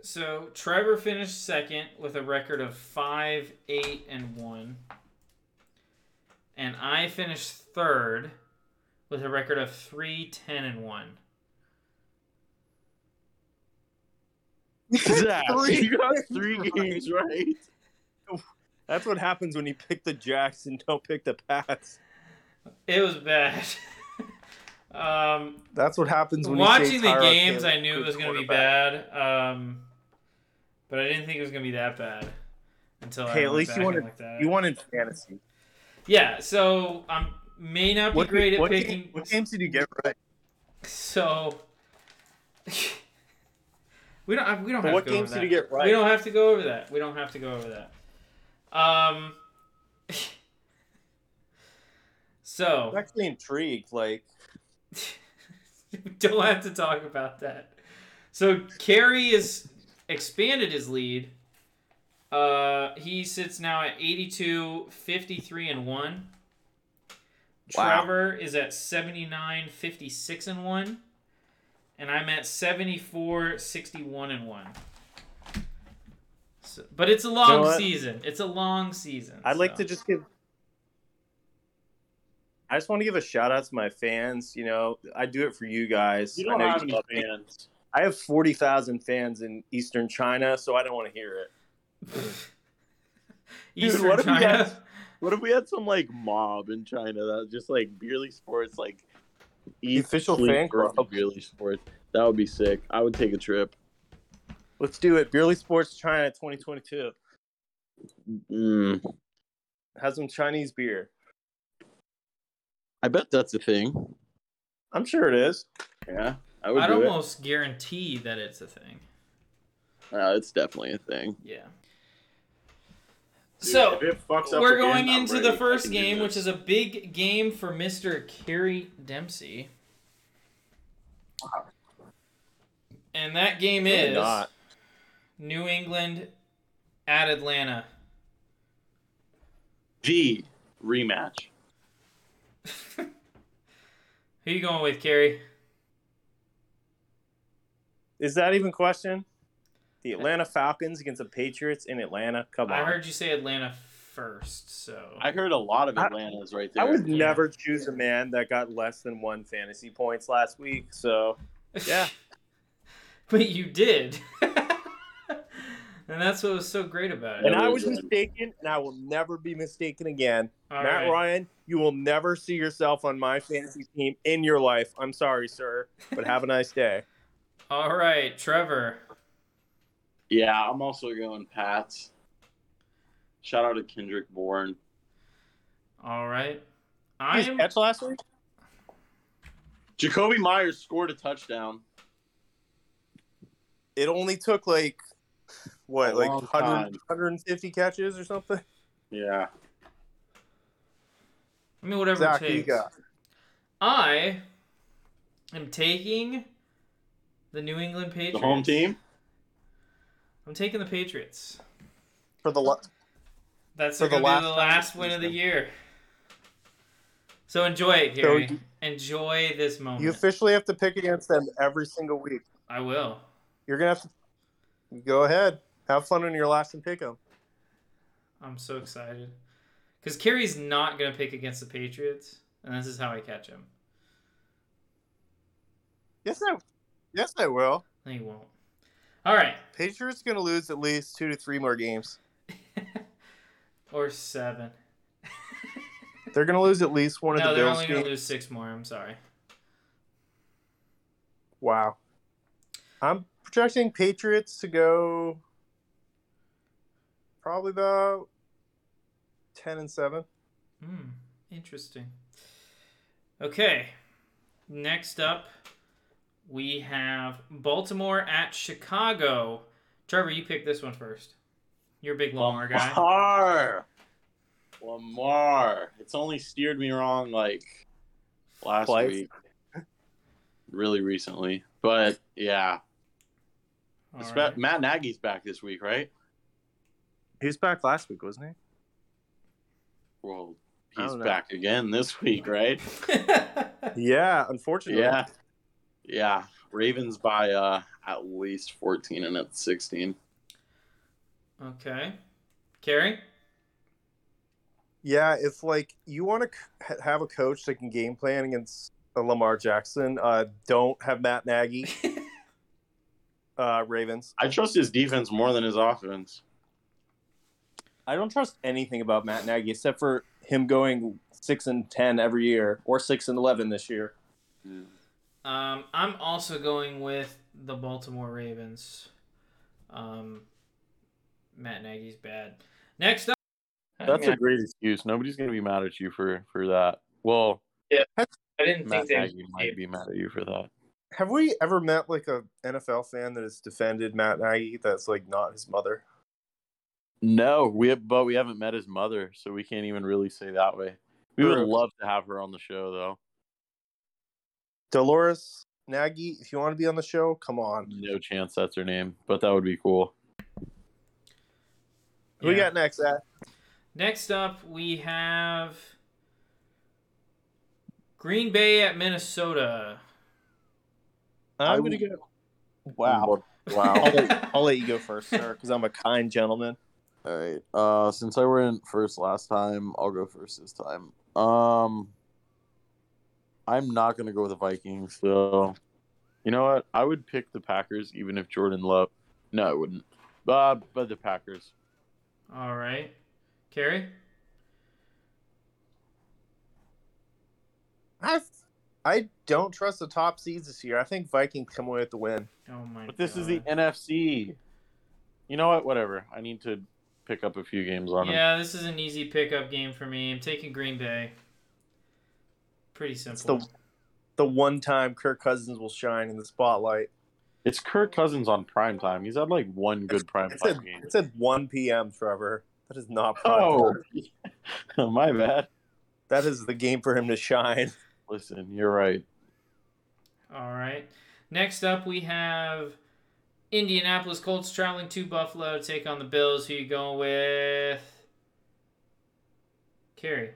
Speaker 1: So Trevor finished second with a record of five, eight, and one. And I finished third with a record of three, ten, and one.
Speaker 2: Zach, <laughs>
Speaker 3: Three.
Speaker 2: you got <laughs> three games right.
Speaker 3: That's what happens when you pick the Jacks and don't pick the Pats.
Speaker 1: It was bad. <laughs> um,
Speaker 3: That's what happens when
Speaker 1: Watching the games, I knew it was going to be bad, um, but I didn't think it was going to be that bad until I
Speaker 3: Hey, at
Speaker 1: went
Speaker 3: least you
Speaker 1: back and
Speaker 3: wanted-
Speaker 1: looked at it.
Speaker 3: You won in fantasy.
Speaker 1: Yeah, so I am may not be great at
Speaker 3: what,
Speaker 1: picking.
Speaker 3: what games did you get right?
Speaker 1: So <laughs> we don't. have- We don't
Speaker 3: But
Speaker 1: have
Speaker 3: what
Speaker 1: to go
Speaker 3: games
Speaker 1: over
Speaker 3: did you
Speaker 1: that.
Speaker 3: get right?
Speaker 1: We don't have to go over that. We don't have to go over that. Um. <laughs>
Speaker 3: I'm
Speaker 1: so
Speaker 3: actually intrigued. Like,
Speaker 1: we <laughs> don't have to talk about that. So Carey has expanded his lead. Uh, he sits now at 82, 53, and 1.
Speaker 3: Wow.
Speaker 1: Trevor is at 79, 56, and 1. And I'm at 74, 61, and 1. So, but it's a long
Speaker 3: what?
Speaker 1: season. It's a long season.
Speaker 3: I'd
Speaker 1: so.
Speaker 3: like to
Speaker 1: <laughs>
Speaker 3: just give. I just want to give a shout out to my fans. You know, I do it for you guys.
Speaker 2: You
Speaker 3: I,
Speaker 2: don't
Speaker 3: know
Speaker 2: have any
Speaker 3: love me.
Speaker 2: fans.
Speaker 3: I have forty thousand fans in Eastern China, so I don't want to hear it.
Speaker 1: Eastern
Speaker 2: what if you
Speaker 1: China.
Speaker 2: guys- What if we had some like mob in China that just like beerly sports like
Speaker 3: The official fan club.
Speaker 2: beerly sports? That would be sick. I would take a trip.
Speaker 3: Let's do it. Beerly Sports China 2022
Speaker 2: Mm,
Speaker 3: has some Chinese beer.
Speaker 2: I bet that's a thing.
Speaker 3: I'm sure it is.
Speaker 2: Yeah, I would
Speaker 1: I'd
Speaker 2: do
Speaker 1: almost guarantee that it's a thing.
Speaker 2: it. Uh, it's definitely a thing.
Speaker 1: Yeah. So
Speaker 2: Dude, if it fucks up
Speaker 1: we're
Speaker 2: again,
Speaker 1: going
Speaker 2: I'm
Speaker 1: into
Speaker 2: ready.
Speaker 1: the first
Speaker 2: I can do
Speaker 1: game,
Speaker 2: this.
Speaker 1: which is a big game for Mr. Kerry Dempsey. And that game
Speaker 3: Really
Speaker 1: is
Speaker 3: not.
Speaker 1: New England at Atlanta.
Speaker 2: the rematch.
Speaker 1: Who you going with, Kerry?
Speaker 3: Is that even question? The Atlanta Falcons against the Patriots in Atlanta. Come on.
Speaker 1: I heard you say Atlanta first, so
Speaker 2: I heard a lot of
Speaker 3: I-
Speaker 2: Atlanta's right there.
Speaker 3: I would
Speaker 1: Yeah.
Speaker 3: never choose a man that got less than one fantasy points last week. So yeah.
Speaker 1: <laughs> but you did. <laughs> and that's what was so great about it.
Speaker 3: and
Speaker 2: Yeah,
Speaker 3: I
Speaker 2: we
Speaker 3: was
Speaker 2: did.
Speaker 3: mistaken, and I will never be mistaken again.
Speaker 1: All
Speaker 3: Matt
Speaker 1: right.
Speaker 3: Ryan, you will never see yourself on my fantasy team in your life. I'm sorry, sir, but have a
Speaker 1: <laughs>
Speaker 3: nice day.
Speaker 1: All right, Trevor.
Speaker 2: Yeah, I'm also going Pats. Shout out to Kendrick Bourne.
Speaker 1: All right.
Speaker 3: Did
Speaker 1: I'm
Speaker 3: you catch last week?
Speaker 2: Jacoby Myers scored a touchdown.
Speaker 3: It only took like what,
Speaker 2: A
Speaker 3: like
Speaker 2: long
Speaker 3: 100,
Speaker 2: time.
Speaker 3: 150 catches or something.
Speaker 2: Yeah.
Speaker 1: I mean, whatever
Speaker 3: Zach,
Speaker 1: it
Speaker 3: who
Speaker 1: takes.
Speaker 3: you got?
Speaker 1: I am taking the New England Patriots.
Speaker 2: The home team?
Speaker 1: I'm taking the Patriots.
Speaker 3: for the lo-
Speaker 1: That's
Speaker 3: For
Speaker 1: going to
Speaker 3: the
Speaker 1: be the
Speaker 3: last time
Speaker 1: last
Speaker 3: this
Speaker 1: win of the
Speaker 3: season.
Speaker 1: year. So enjoy it, Gary.
Speaker 3: you-
Speaker 1: enjoy this moment.
Speaker 3: you officially have to pick against them every single week.
Speaker 1: I will.
Speaker 3: You're gonna have to go ahead. Have fun on your last and pick 'em.
Speaker 1: I'm so excited. Because Kerry's not going to pick against the Patriots, and this is how I catch him.
Speaker 3: Yes, I. Yes, I will.
Speaker 1: No, he won't. All right. <laughs>
Speaker 3: Patriots gonna lose at least two to three more games.
Speaker 1: Or seven.
Speaker 3: They're gonna lose at least one
Speaker 1: no,
Speaker 3: of the
Speaker 1: they're
Speaker 3: Bills
Speaker 1: only going
Speaker 3: games.
Speaker 1: to lose six more. I'm sorry.
Speaker 3: Wow. I'm projecting Patriots to go probably about ten and seven.
Speaker 1: Hmm. Interesting. Okay. Next up, we have Baltimore at Chicago. Trevor, you pick this one first. You're a big Lamar
Speaker 2: <laughs>
Speaker 1: guy.
Speaker 2: Lamar. Lamar. It's only steered me wrong like last
Speaker 3: Twice.
Speaker 2: week. Really recently. But yeah.
Speaker 1: All
Speaker 2: It's
Speaker 1: right.
Speaker 2: ba- Matt Nagy's back this week, right?
Speaker 3: He was back last week, wasn't he?
Speaker 2: Well,
Speaker 3: I
Speaker 2: he's
Speaker 3: don't know.
Speaker 2: back again this week, right?
Speaker 3: Yeah, unfortunately.
Speaker 2: Yeah. Yeah. Ravens by uh at least 14 and at 16.
Speaker 1: <laughs> okay. <laughs> Carrie?
Speaker 3: Yeah, it's like you want to c- have a coach that can game plan against a Lamar Jackson. Uh, don't have Matt Nagy. uh, Ravens.
Speaker 2: I trust his defense more than his offense.
Speaker 3: I don't trust anything about Matt Nagy except for him going six and ten every year or six and eleven this year.
Speaker 1: Um, I'm also going with the Baltimore Ravens. Um, Matt Nagy's bad. Next up.
Speaker 2: That's a great excuse. Nobody's gonna be mad at you for for that. Well,
Speaker 1: I didn't
Speaker 2: Matt Nagy might be mad at you for that.
Speaker 3: Have we ever met like a NFL fan that has defended Matt Nagy that's like not his mother?
Speaker 2: No, we have, but we haven't met his mother, so we can't even really say that way. We would
Speaker 3: True.
Speaker 2: love to have her on the show, though.
Speaker 3: Dolores Nagy, if you want to be on the show, come on.
Speaker 2: No chance that's her name, but that would be cool.
Speaker 3: Who We
Speaker 1: Yeah.
Speaker 3: got next. Zach?
Speaker 1: Next up, we have Green Bay at Minnesota.
Speaker 3: I'm
Speaker 2: will-
Speaker 3: gonna go. Wow, <laughs>
Speaker 2: Wow.
Speaker 3: I'll let
Speaker 1: <laughs>
Speaker 3: you go first, sir, because I'm a kind gentleman.
Speaker 2: All right. Uh, since I went first last time, I'll go first this time. Um, I'm not gonna go with the Vikings. So, you know what? I would pick the Packers, even if Jordan Love. No, I wouldn't. But but the Packers.
Speaker 1: All right, Carrie.
Speaker 3: I I don't trust the top seeds this year. I think Vikings come away with the win.
Speaker 1: Oh my
Speaker 2: But this is the
Speaker 1: God.
Speaker 2: NFC. You know what? Whatever. I need to pick up a few games on him.
Speaker 1: Yeah, this is an easy pickup game for me. I'm taking Green Bay. Pretty
Speaker 3: It's
Speaker 1: simple.
Speaker 3: the the one time Kirk Cousins will shine in the spotlight.
Speaker 2: It's Kirk Cousins on prime time. He's had like one good prime
Speaker 3: It
Speaker 2: time
Speaker 3: said,
Speaker 2: game.
Speaker 3: it said 1 p.m. Trevor. That is not prime
Speaker 2: Oh, <laughs>
Speaker 3: time.
Speaker 2: my bad.
Speaker 3: That is the game for him to shine.
Speaker 2: Listen, you're right.
Speaker 1: All right. Next up, we have Indianapolis Colts traveling to Buffalo to take on the Bills. Who you going with? Carrie.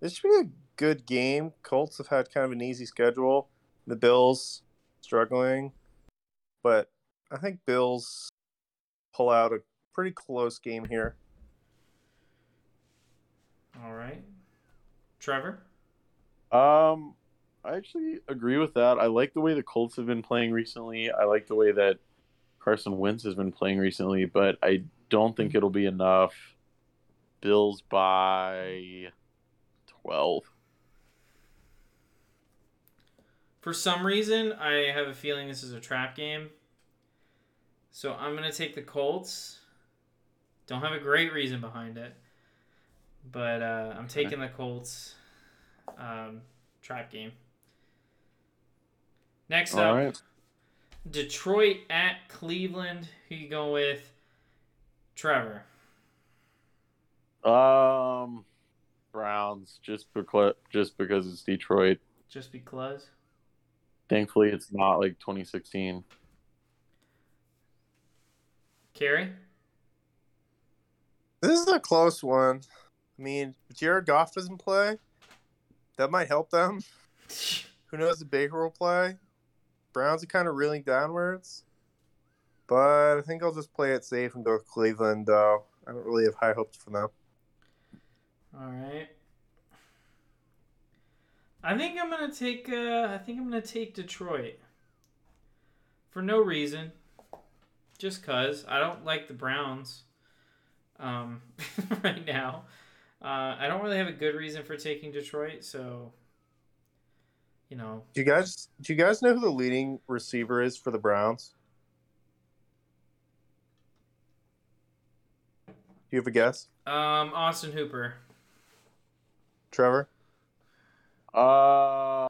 Speaker 3: This should be a good game. Colts have had kind of an easy schedule. The Bills struggling, but I think Bills pull out a pretty close game here.
Speaker 1: All right. Trevor.
Speaker 2: Um, I actually agree with that. I like the way the Colts have been playing recently. I like the way that Carson Wentz has been playing recently, but I don't think it'll be enough. Bills by 12.
Speaker 1: For some reason, I have a feeling this is a trap game. So I'm going to take the Colts. Don't have a great reason behind it. But uh, I'm taking the Colts. Um, trap game. Next
Speaker 2: All
Speaker 1: up,
Speaker 2: right.
Speaker 1: Detroit at Cleveland. Who you going with? Trevor.
Speaker 2: Um, Browns just because just because it's Detroit.
Speaker 1: Just because.
Speaker 2: Thankfully, it's not like 2016.
Speaker 1: Carrie. <laughs>
Speaker 3: This is a close one. I mean, if Jared Goff doesn't play. That might help them. Who knows if Baker will play? Browns are kind of reeling downwards. But I think I'll just play it safe and go with Cleveland, though. I don't really have high hopes for them.
Speaker 1: All right. I think I'm gonna take. Uh, I think I'm gonna take Detroit. For no reason. Just cause I don't like the Browns. Um, <laughs> right now, uh, I don't really have a good reason for taking Detroit. So. You know,
Speaker 3: Do you guys do you guys know who the leading receiver is for the Browns? Do you have a guess,
Speaker 1: um, Austin Hooper.
Speaker 3: Trevor?
Speaker 2: Uh,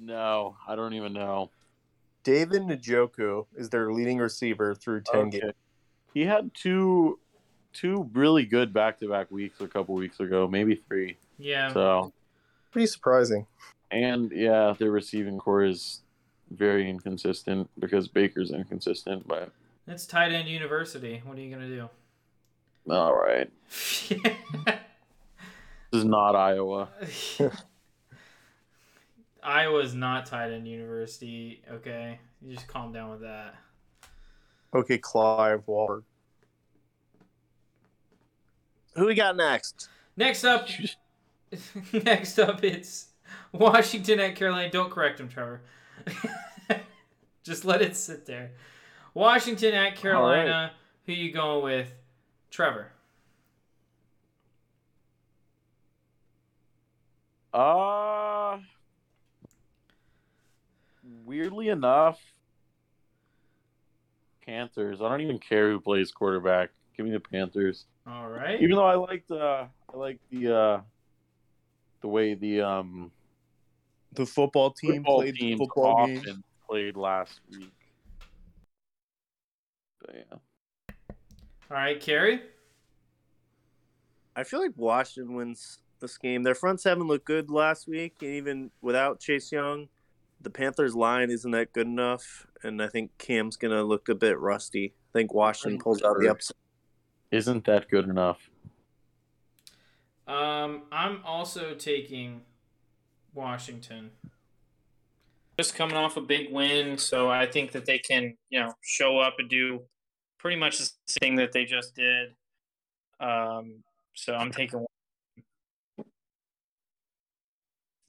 Speaker 2: no, I don't even know.
Speaker 3: David Njoku is their leading receiver through ten
Speaker 2: Okay.
Speaker 3: games.
Speaker 2: He had two two really good back to back weeks a couple weeks ago, maybe three.
Speaker 1: Yeah.
Speaker 2: So
Speaker 3: Pretty surprising.
Speaker 2: and yeah, their receiving core is very inconsistent because Baker's inconsistent. But
Speaker 1: It's tight end university. What are you gonna
Speaker 2: all right,
Speaker 1: do? <laughs>
Speaker 2: this is not Iowa.
Speaker 1: <laughs> Iowa's not tight end university. Okay, you just calm down with that.
Speaker 3: Okay, Clive Wahlberg. Who we got next?
Speaker 1: Next up, <laughs> next up, it's Washington at Carolina. Don't correct him, Trevor. <laughs> just let it sit there. Washington at Carolina. Who you going with, Trevor?
Speaker 2: Uh weirdly enough, Panthers. I don't even care who plays quarterback. Give me the Panthers.
Speaker 1: All right.
Speaker 2: Even though I liked uh I like the uh the way the um
Speaker 3: The football team
Speaker 2: football
Speaker 3: played the
Speaker 2: team
Speaker 3: football game.
Speaker 2: often played last week. But yeah.
Speaker 1: All right, Carrie.
Speaker 5: I feel like Washington wins this game. Their front seven looked good last week, and even without Chase Young, the Panthers' line isn't that good enough. And I think Cam's gonna look a bit rusty. I think Washington pulls out the upset.
Speaker 2: Isn't that good enough?
Speaker 1: Um, I'm also taking Washington. Just coming off a big win, so I think that they can, you know, show up and do pretty much the same thing that they just did. Um, so I'm taking.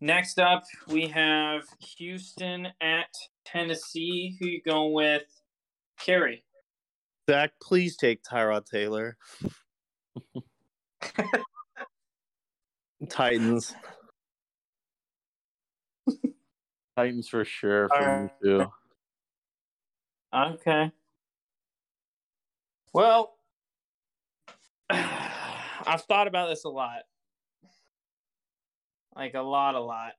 Speaker 1: Next up, we have Houston at Tennessee. Who you going with, Kerry?
Speaker 5: Zach,
Speaker 3: <laughs>
Speaker 5: please take Tyrod Taylor. Titans.
Speaker 2: Titans for sure for
Speaker 3: Uh,
Speaker 2: me
Speaker 5: Alright.
Speaker 2: too.
Speaker 1: Okay. Well, <sighs> I've thought about this a lot. Like a lot, a lot.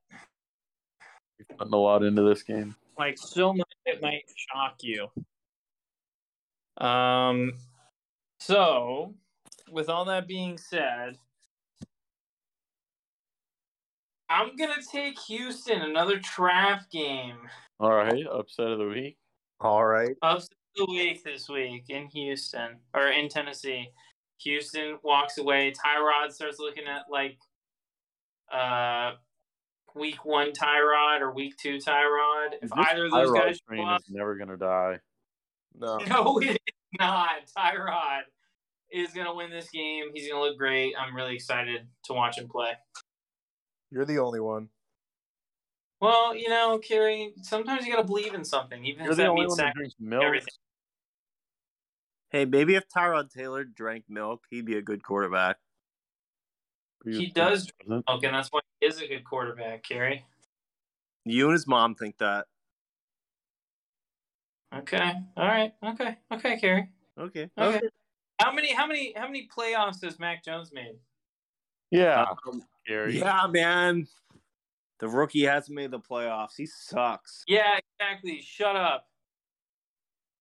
Speaker 2: Putting a lot into this game.
Speaker 1: Like so much it might shock you. Um so with all that being said, I'm gonna take Houston another trap game.
Speaker 2: All right, upset of the week.
Speaker 3: All right.
Speaker 1: Upset of the week this week in Houston or in Tennessee. Houston walks away. Tyrod starts looking at like uh week one Tyrod or week two Tyrod. If
Speaker 2: This
Speaker 1: either of those
Speaker 2: Tyrod
Speaker 1: guys
Speaker 2: train
Speaker 1: show up,
Speaker 2: is never gonna die.
Speaker 3: No.
Speaker 1: <laughs> no, it is not. Tyrod is gonna win this game. He's gonna look great. I'm really excited to watch him play.
Speaker 3: You're the only one.
Speaker 1: Well, you know, Kerry, sometimes you gotta believe in something, even
Speaker 2: You're
Speaker 1: if
Speaker 2: the
Speaker 1: that
Speaker 2: only
Speaker 1: means
Speaker 2: one that
Speaker 1: sacrifice
Speaker 2: drinks milk.
Speaker 1: everything.
Speaker 5: Hey, maybe if Tyrod Taylor drank milk, he'd be a good quarterback.
Speaker 1: He does <laughs> Okay, and that's why he is a good quarterback, Kerry.
Speaker 5: You and his mom think that.
Speaker 1: Okay. All right. Okay. Okay, Kerry.
Speaker 5: Okay.
Speaker 1: Okay. How many? How many? How many playoffs has Mac Jones made?
Speaker 2: Yeah,
Speaker 5: Um,
Speaker 2: Gary.
Speaker 5: yeah, man. The rookie hasn't made the playoffs. He sucks.
Speaker 1: Yeah, exactly. Shut up.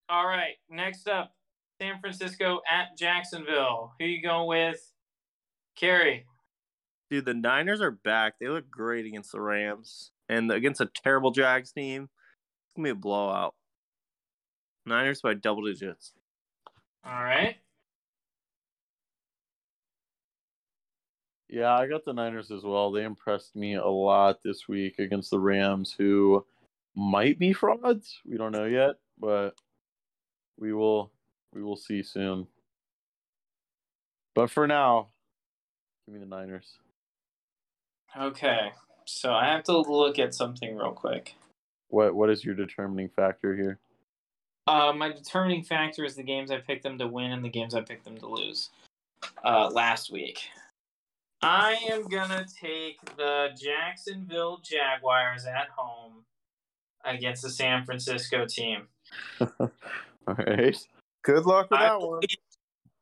Speaker 1: All right. Next up, San Francisco at Jacksonville. Who you going with, Kerry?
Speaker 5: Dude, the Niners are back. They look great against the Rams and against a terrible Jags team. It's gonna be a blowout. Niners by double digits.
Speaker 1: All right.
Speaker 2: Yeah, I got the Niners as well. They impressed me a lot this week against the Rams, who might be frauds. We don't know yet, but we will we will see soon. But for now, give me the Niners.
Speaker 1: Okay. So I have to look at something real quick.
Speaker 2: What what is your determining factor here? <laughs>
Speaker 1: Uh, my determining factor is the games I picked them to win and the games I picked them to lose uh, last week. I am going to take the Jacksonville Jaguars at home against the San Francisco team.
Speaker 2: All right.
Speaker 3: Good luck with
Speaker 1: I
Speaker 3: that one.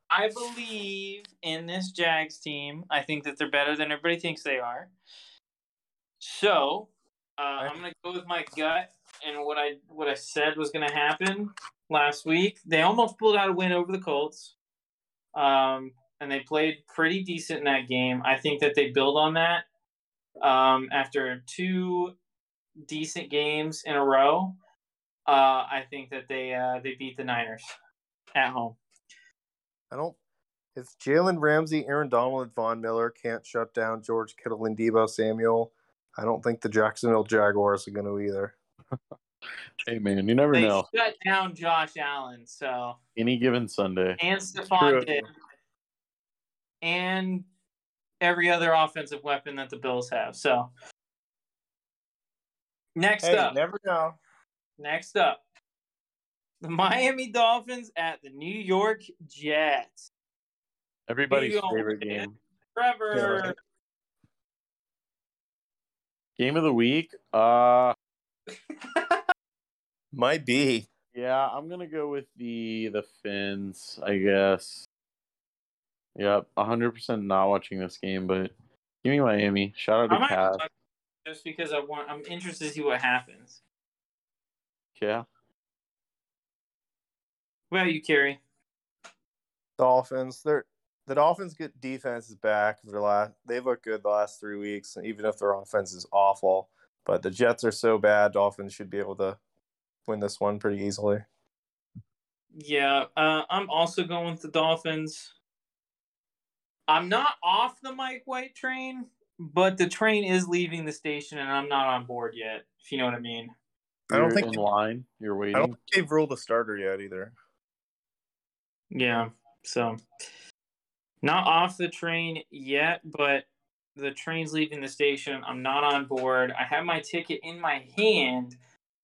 Speaker 1: I believe in this Jags team. I think that they're better than everybody thinks they are. So uh, I'm gonna go with my gut and what I what I said was gonna happen last week. They almost pulled out a win over the Colts, um, and they played pretty decent in that game. I think that they build on that um, after two decent games in a row. Uh, I think that they uh, they beat the Niners at home.
Speaker 3: I don't. If Jalen Ramsey, Aaron Donald, and Von Miller can't shut down George Kittle and Debo Samuel, I don't think the Jacksonville Jaguars are going to either.
Speaker 2: Hey man, you never
Speaker 1: They
Speaker 2: know.
Speaker 1: shut down Josh Allen, so
Speaker 2: Any given Sunday.
Speaker 1: and Stephon
Speaker 2: True.
Speaker 1: did, and every other offensive weapon that the Bills have. So next up,
Speaker 3: never know.
Speaker 1: next up, the Miami Dolphins at the New York Jets.
Speaker 2: Everybody's
Speaker 1: Here you go,
Speaker 2: favorite
Speaker 1: man.
Speaker 2: game.
Speaker 1: Trevor, <laughs>
Speaker 3: Yeah.
Speaker 2: Game of the week. Uh
Speaker 5: Might be.
Speaker 2: Yeah, I'm gonna go with the the Finns, I guess. Yep, 100 percent not watching this game, but give me Miami. Shout out
Speaker 1: I'm
Speaker 2: to Cass.
Speaker 1: not just because I want. I'm interested to see what happens.
Speaker 2: Yeah,
Speaker 1: What about you, Kerry?
Speaker 3: Dolphins. They're the Dolphins get defense is back. Their last they've looked good the last three weeks, even if their offense is awful. But the Jets are so bad, Dolphins should be able to win this one pretty easily.
Speaker 1: Yeah, uh, I'm also going with the Dolphins. I'm not off the Mike White train, but the train is leaving the station, and I'm not on board yet. If you know what I mean.
Speaker 3: I
Speaker 2: You're
Speaker 3: don't think
Speaker 2: in
Speaker 3: they-
Speaker 2: line. You're
Speaker 3: I
Speaker 2: waiting.
Speaker 3: don't think they've ruled a starter yet either.
Speaker 1: Yeah. So, not off the train yet, but the train's leaving the station. I'm not on board. I have my ticket in my hand,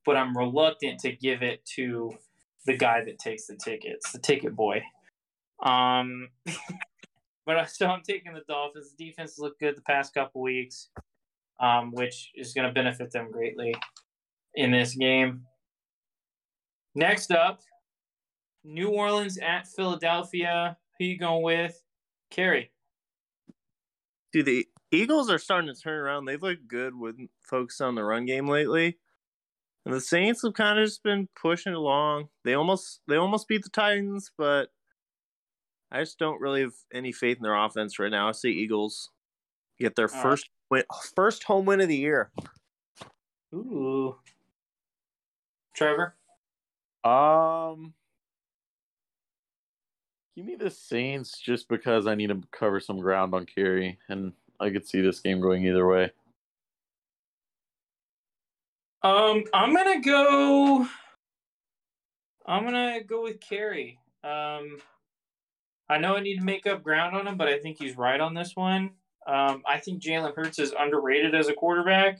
Speaker 1: but I'm reluctant to give it to the guy that takes the tickets, the ticket boy. Um, <laughs> But I so I'm taking the Dolphins. The defense looked good the past couple weeks, um, which is going to benefit them greatly in this game. Next up, New Orleans at Philadelphia. Who you going with? Kerry.
Speaker 5: Dude, the Eagles are starting to turn around. They've looked good with focus on the run game lately. And the Saints have kind of just been pushing along. They almost they almost beat the Titans, but I just don't really have any faith in their offense right now. I see Eagles get their
Speaker 1: All right.
Speaker 5: first win, first home win of the year.
Speaker 1: Ooh. Trevor.
Speaker 2: Um, give me the Saints just because I need to cover some ground on Kerry, and I could see this game going either way.
Speaker 1: Um, I'm gonna go. I'm gonna go with Kerry. Um, I know I need to make up ground on him, but I think he's right on this one. Um, I think Jalen Hurts is underrated as a quarterback,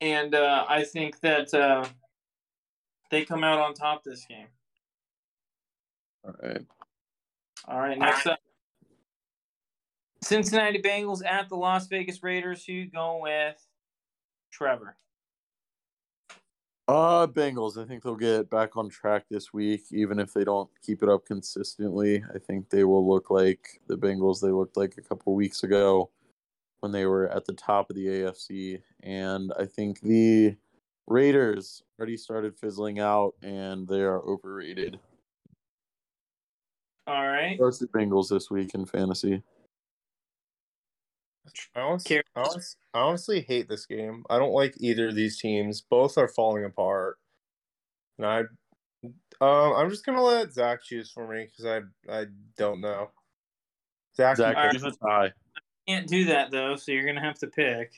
Speaker 1: and uh, I think that uh, they come out on top this game.
Speaker 2: All right.
Speaker 1: All right, next up, Cincinnati Bengals at the Las Vegas Raiders. Who you going with? Trevor.
Speaker 2: Uh, Bengals. I think they'll get back on track this week, even if they don't keep it up consistently. I think they will look like the Bengals they looked like a couple weeks ago when they were at the top of the AFC. And I think the Raiders already started fizzling out and they are overrated.
Speaker 1: All right.
Speaker 2: What's the Bengals this week in fantasy?
Speaker 3: I honestly, I honest- I honestly hate this game. I don't like either of these teams. Both are falling apart. And I, um, I'm just gonna let Zach choose for me because I I don't know. Zach,
Speaker 2: Zach,
Speaker 1: Alright.
Speaker 2: there's a tie.
Speaker 1: Can't do that though, so you're gonna have to pick.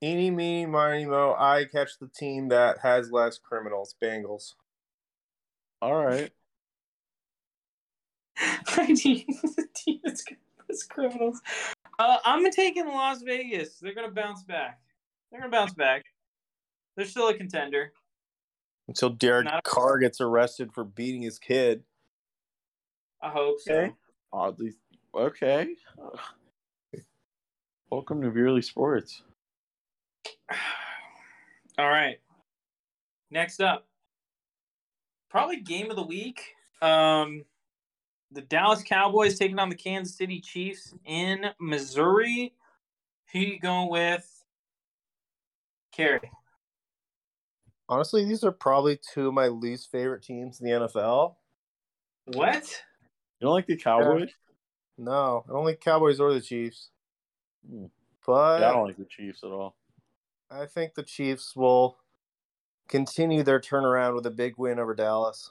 Speaker 1: <laughs>
Speaker 3: eeny meeny miny mo. I catch the team that has less criminals. Bengals.
Speaker 2: All right.
Speaker 1: it's, it's criminals. Uh, I'm taking Las Vegas. They're gonna bounce back. They're gonna bounce back. They're still a contender.
Speaker 3: Until Derek
Speaker 1: Not-
Speaker 3: Carr gets arrested for beating his kid.
Speaker 1: I hope so.
Speaker 2: Okay. Oddly, okay. Welcome to Beerly Sports.
Speaker 1: <sighs> All right. Next up, probably game of the week. Um, the Dallas Cowboys taking on the Kansas City Chiefs in Missouri. Who you going with? Carrie.
Speaker 3: Honestly, these are probably two of my least favorite teams in the NFL.
Speaker 1: What?
Speaker 2: You don't like the Cowboys?
Speaker 3: No, I don't like Cowboys or the Chiefs.
Speaker 2: Hmm.
Speaker 3: But
Speaker 2: Yeah, I don't like the Chiefs at all.
Speaker 3: I think the Chiefs will continue their turnaround with a big win over Dallas.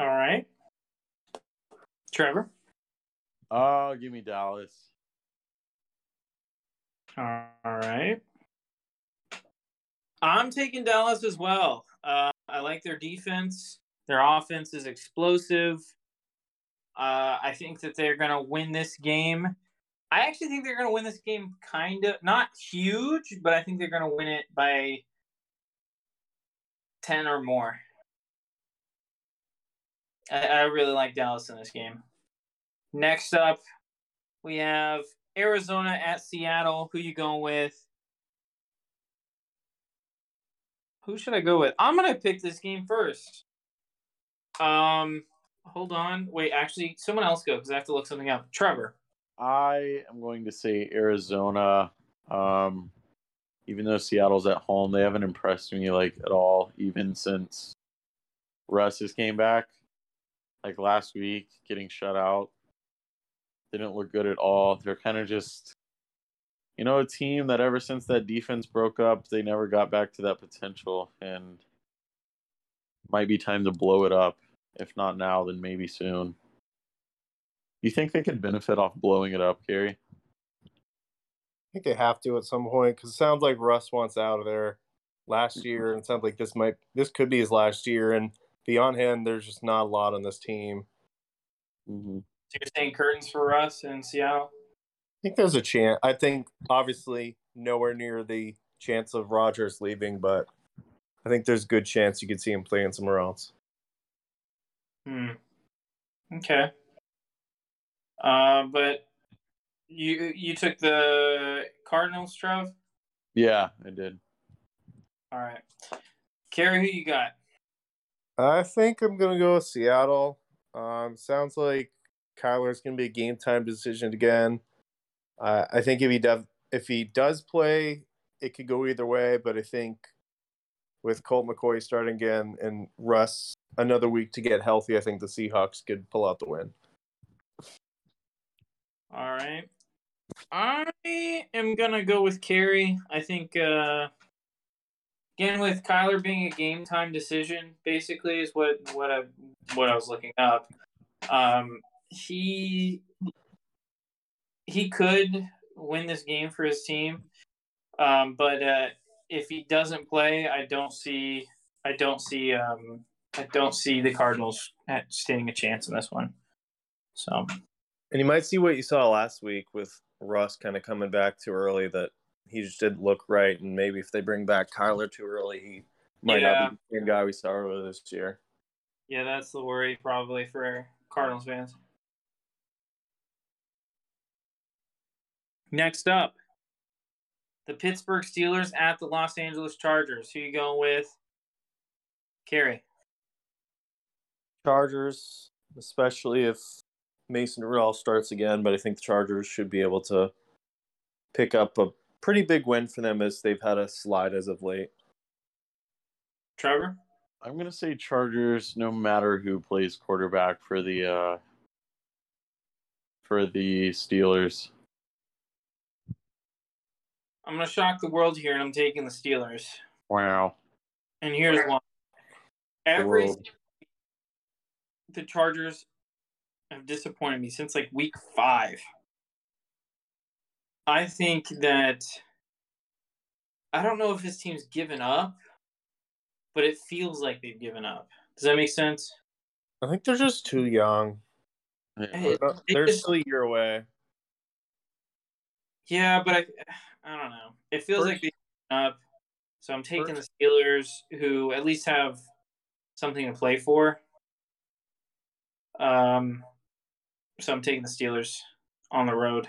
Speaker 1: All right. Trevor.
Speaker 2: Oh, give me Dallas.
Speaker 1: All right. I'm taking Dallas as well. Uh, I like their defense. Their offense is explosive. Uh, I think that they're going to win this game. I actually think they're going to win this game kind of not huge, but I think they're going to win it by 10 or more. I, I really like Dallas in this game. Next up, we have Arizona at Seattle. Who you going with? Who should I go with? I'm gonna pick this game first. Um, hold on. Wait, actually, someone else go because I have to look something up. Trevor.
Speaker 2: I am going to say Arizona. Um, even though Seattle's at home, they haven't impressed me like at all, even since Russ has came back. Like last week, getting shut out. They didn't look good at all. They're kind of just you know, a team that ever since that defense broke up, they never got back to that potential and might be time to blow it up. If not now, then maybe soon. You think they could benefit off blowing it up, Gary?
Speaker 3: I think they have to at some point because it sounds like Russ wants out of there last year, and it sounds like this might this could be his last year. And beyond him, there's just not a lot on this team.
Speaker 2: Mm-hmm.
Speaker 1: So you're saying curtains for us in Seattle?
Speaker 3: I think there's a chance. I think obviously nowhere near the chance of Rogers leaving, but I think there's a good chance you could see him playing somewhere else.
Speaker 1: Hmm. Okay. Uh, but you you took the Cardinals, Trev.
Speaker 2: Yeah, I did.
Speaker 1: All right. Carrie, who you got?
Speaker 3: I think I'm gonna go with Seattle. Um, sounds like Kyler's gonna be a game time decision again. Uh, I think if he does, if he does play, it could go either way. But I think with Colt McCoy starting again and Russ another week to get healthy, I think the Seahawks could pull out the win.
Speaker 1: All right. I am gonna go with Carrie. I think uh, again with Kyler being a game time decision, basically is what what I what I was looking up. Um, he he could win this game for his team, um, but uh, if he doesn't play, I don't see I don't see um, I don't see the Cardinals at- standing a chance in this one. So.
Speaker 3: And you might see what you saw last week with Russ kind of coming back too early. That he just didn't look right, and maybe if they bring back Kyler too early, he might not be the same guy we started with this year.
Speaker 1: Yeah, that's the worry probably for Cardinals fans. Next up, the Pittsburgh Steelers at the Los Angeles Chargers. Who you going with? Kerry.
Speaker 3: Chargers, especially if Mason Rudolph starts again, but I think the Chargers should be able to pick up a pretty big win for them as they've had a slide as of late.
Speaker 1: Trevor?
Speaker 2: I'm gonna say Chargers, no matter who plays quarterback for the uh for the Steelers.
Speaker 1: I'm going to shock the world here, and I'm taking the Steelers.
Speaker 2: Wow.
Speaker 1: And here's why. Every
Speaker 2: world.
Speaker 1: the Chargers have disappointed me since like week five. I think that I don't know if his team's given up, but it feels like they've given up. Does that make sense?
Speaker 3: I think they're just too young.
Speaker 1: Hey.
Speaker 3: Uh, They're still a year away.
Speaker 1: Yeah, but I, <sighs> I don't know. It feels like they've given up. So I'm taking
Speaker 3: First-
Speaker 1: the Steelers, who at least have something to play for. Um, so I'm taking the Steelers on the road.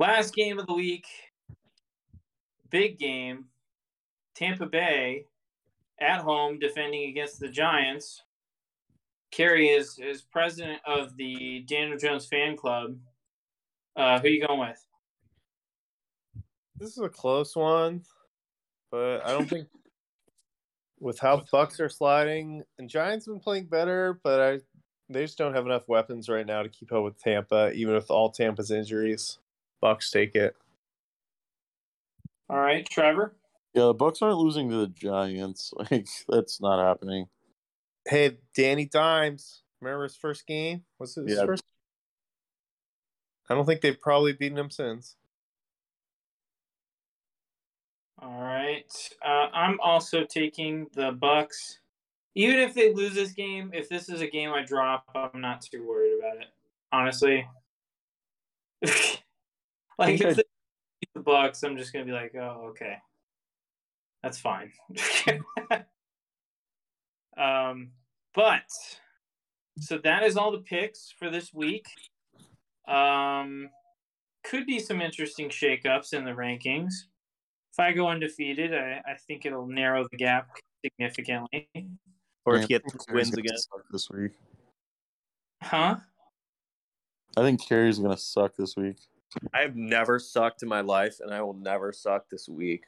Speaker 1: Last game of the week, big game, Tampa Bay at home defending against the Giants. Kerry is is president of the Daniel Jones fan club. Uh, who you going with?
Speaker 3: This is a close one, but I don't think with how Bucks are sliding and Giants have been playing better, but I they just don't have enough weapons right now to keep up with Tampa, even with all Tampa's injuries. Bucks take it.
Speaker 1: All right, Trevor.
Speaker 2: Yeah, the Bucks aren't losing to the Giants. <laughs> Like that's not happening.
Speaker 3: Hey, Danny Dimes. Remember his first game? Was it his
Speaker 2: Yeah.
Speaker 3: first? I don't think they've probably beaten him since.
Speaker 1: All right. Uh, I'm also taking the Bucks. Even if they lose this game, if this is a game I drop, I'm not too worried about it. Honestly. <laughs> like
Speaker 2: Okay.
Speaker 1: if they beat the Bucks, I'm just gonna be like, oh okay. That's fine. <laughs> um but so that is all the picks for this week. Um could be some interesting shakeups in the rankings if I go undefeated, I, I think it'll narrow the gap significantly.
Speaker 5: Or if
Speaker 2: Yeah,
Speaker 5: you get
Speaker 2: Carey's
Speaker 5: wins
Speaker 2: gonna
Speaker 5: again.
Speaker 2: suck this week.
Speaker 1: Huh?
Speaker 2: I think Carrie's gonna suck this week.
Speaker 5: I've never sucked in my life, and I will never suck this week.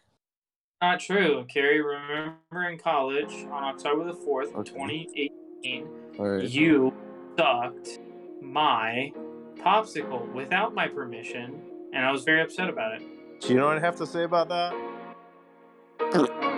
Speaker 1: Not true. Kerry, remember in college on October the 4th,
Speaker 2: Okay.
Speaker 1: 2018,
Speaker 2: All right.
Speaker 1: you sucked my popsicle without my permission, and I was very upset about it.
Speaker 3: Do you know what I have to say about that?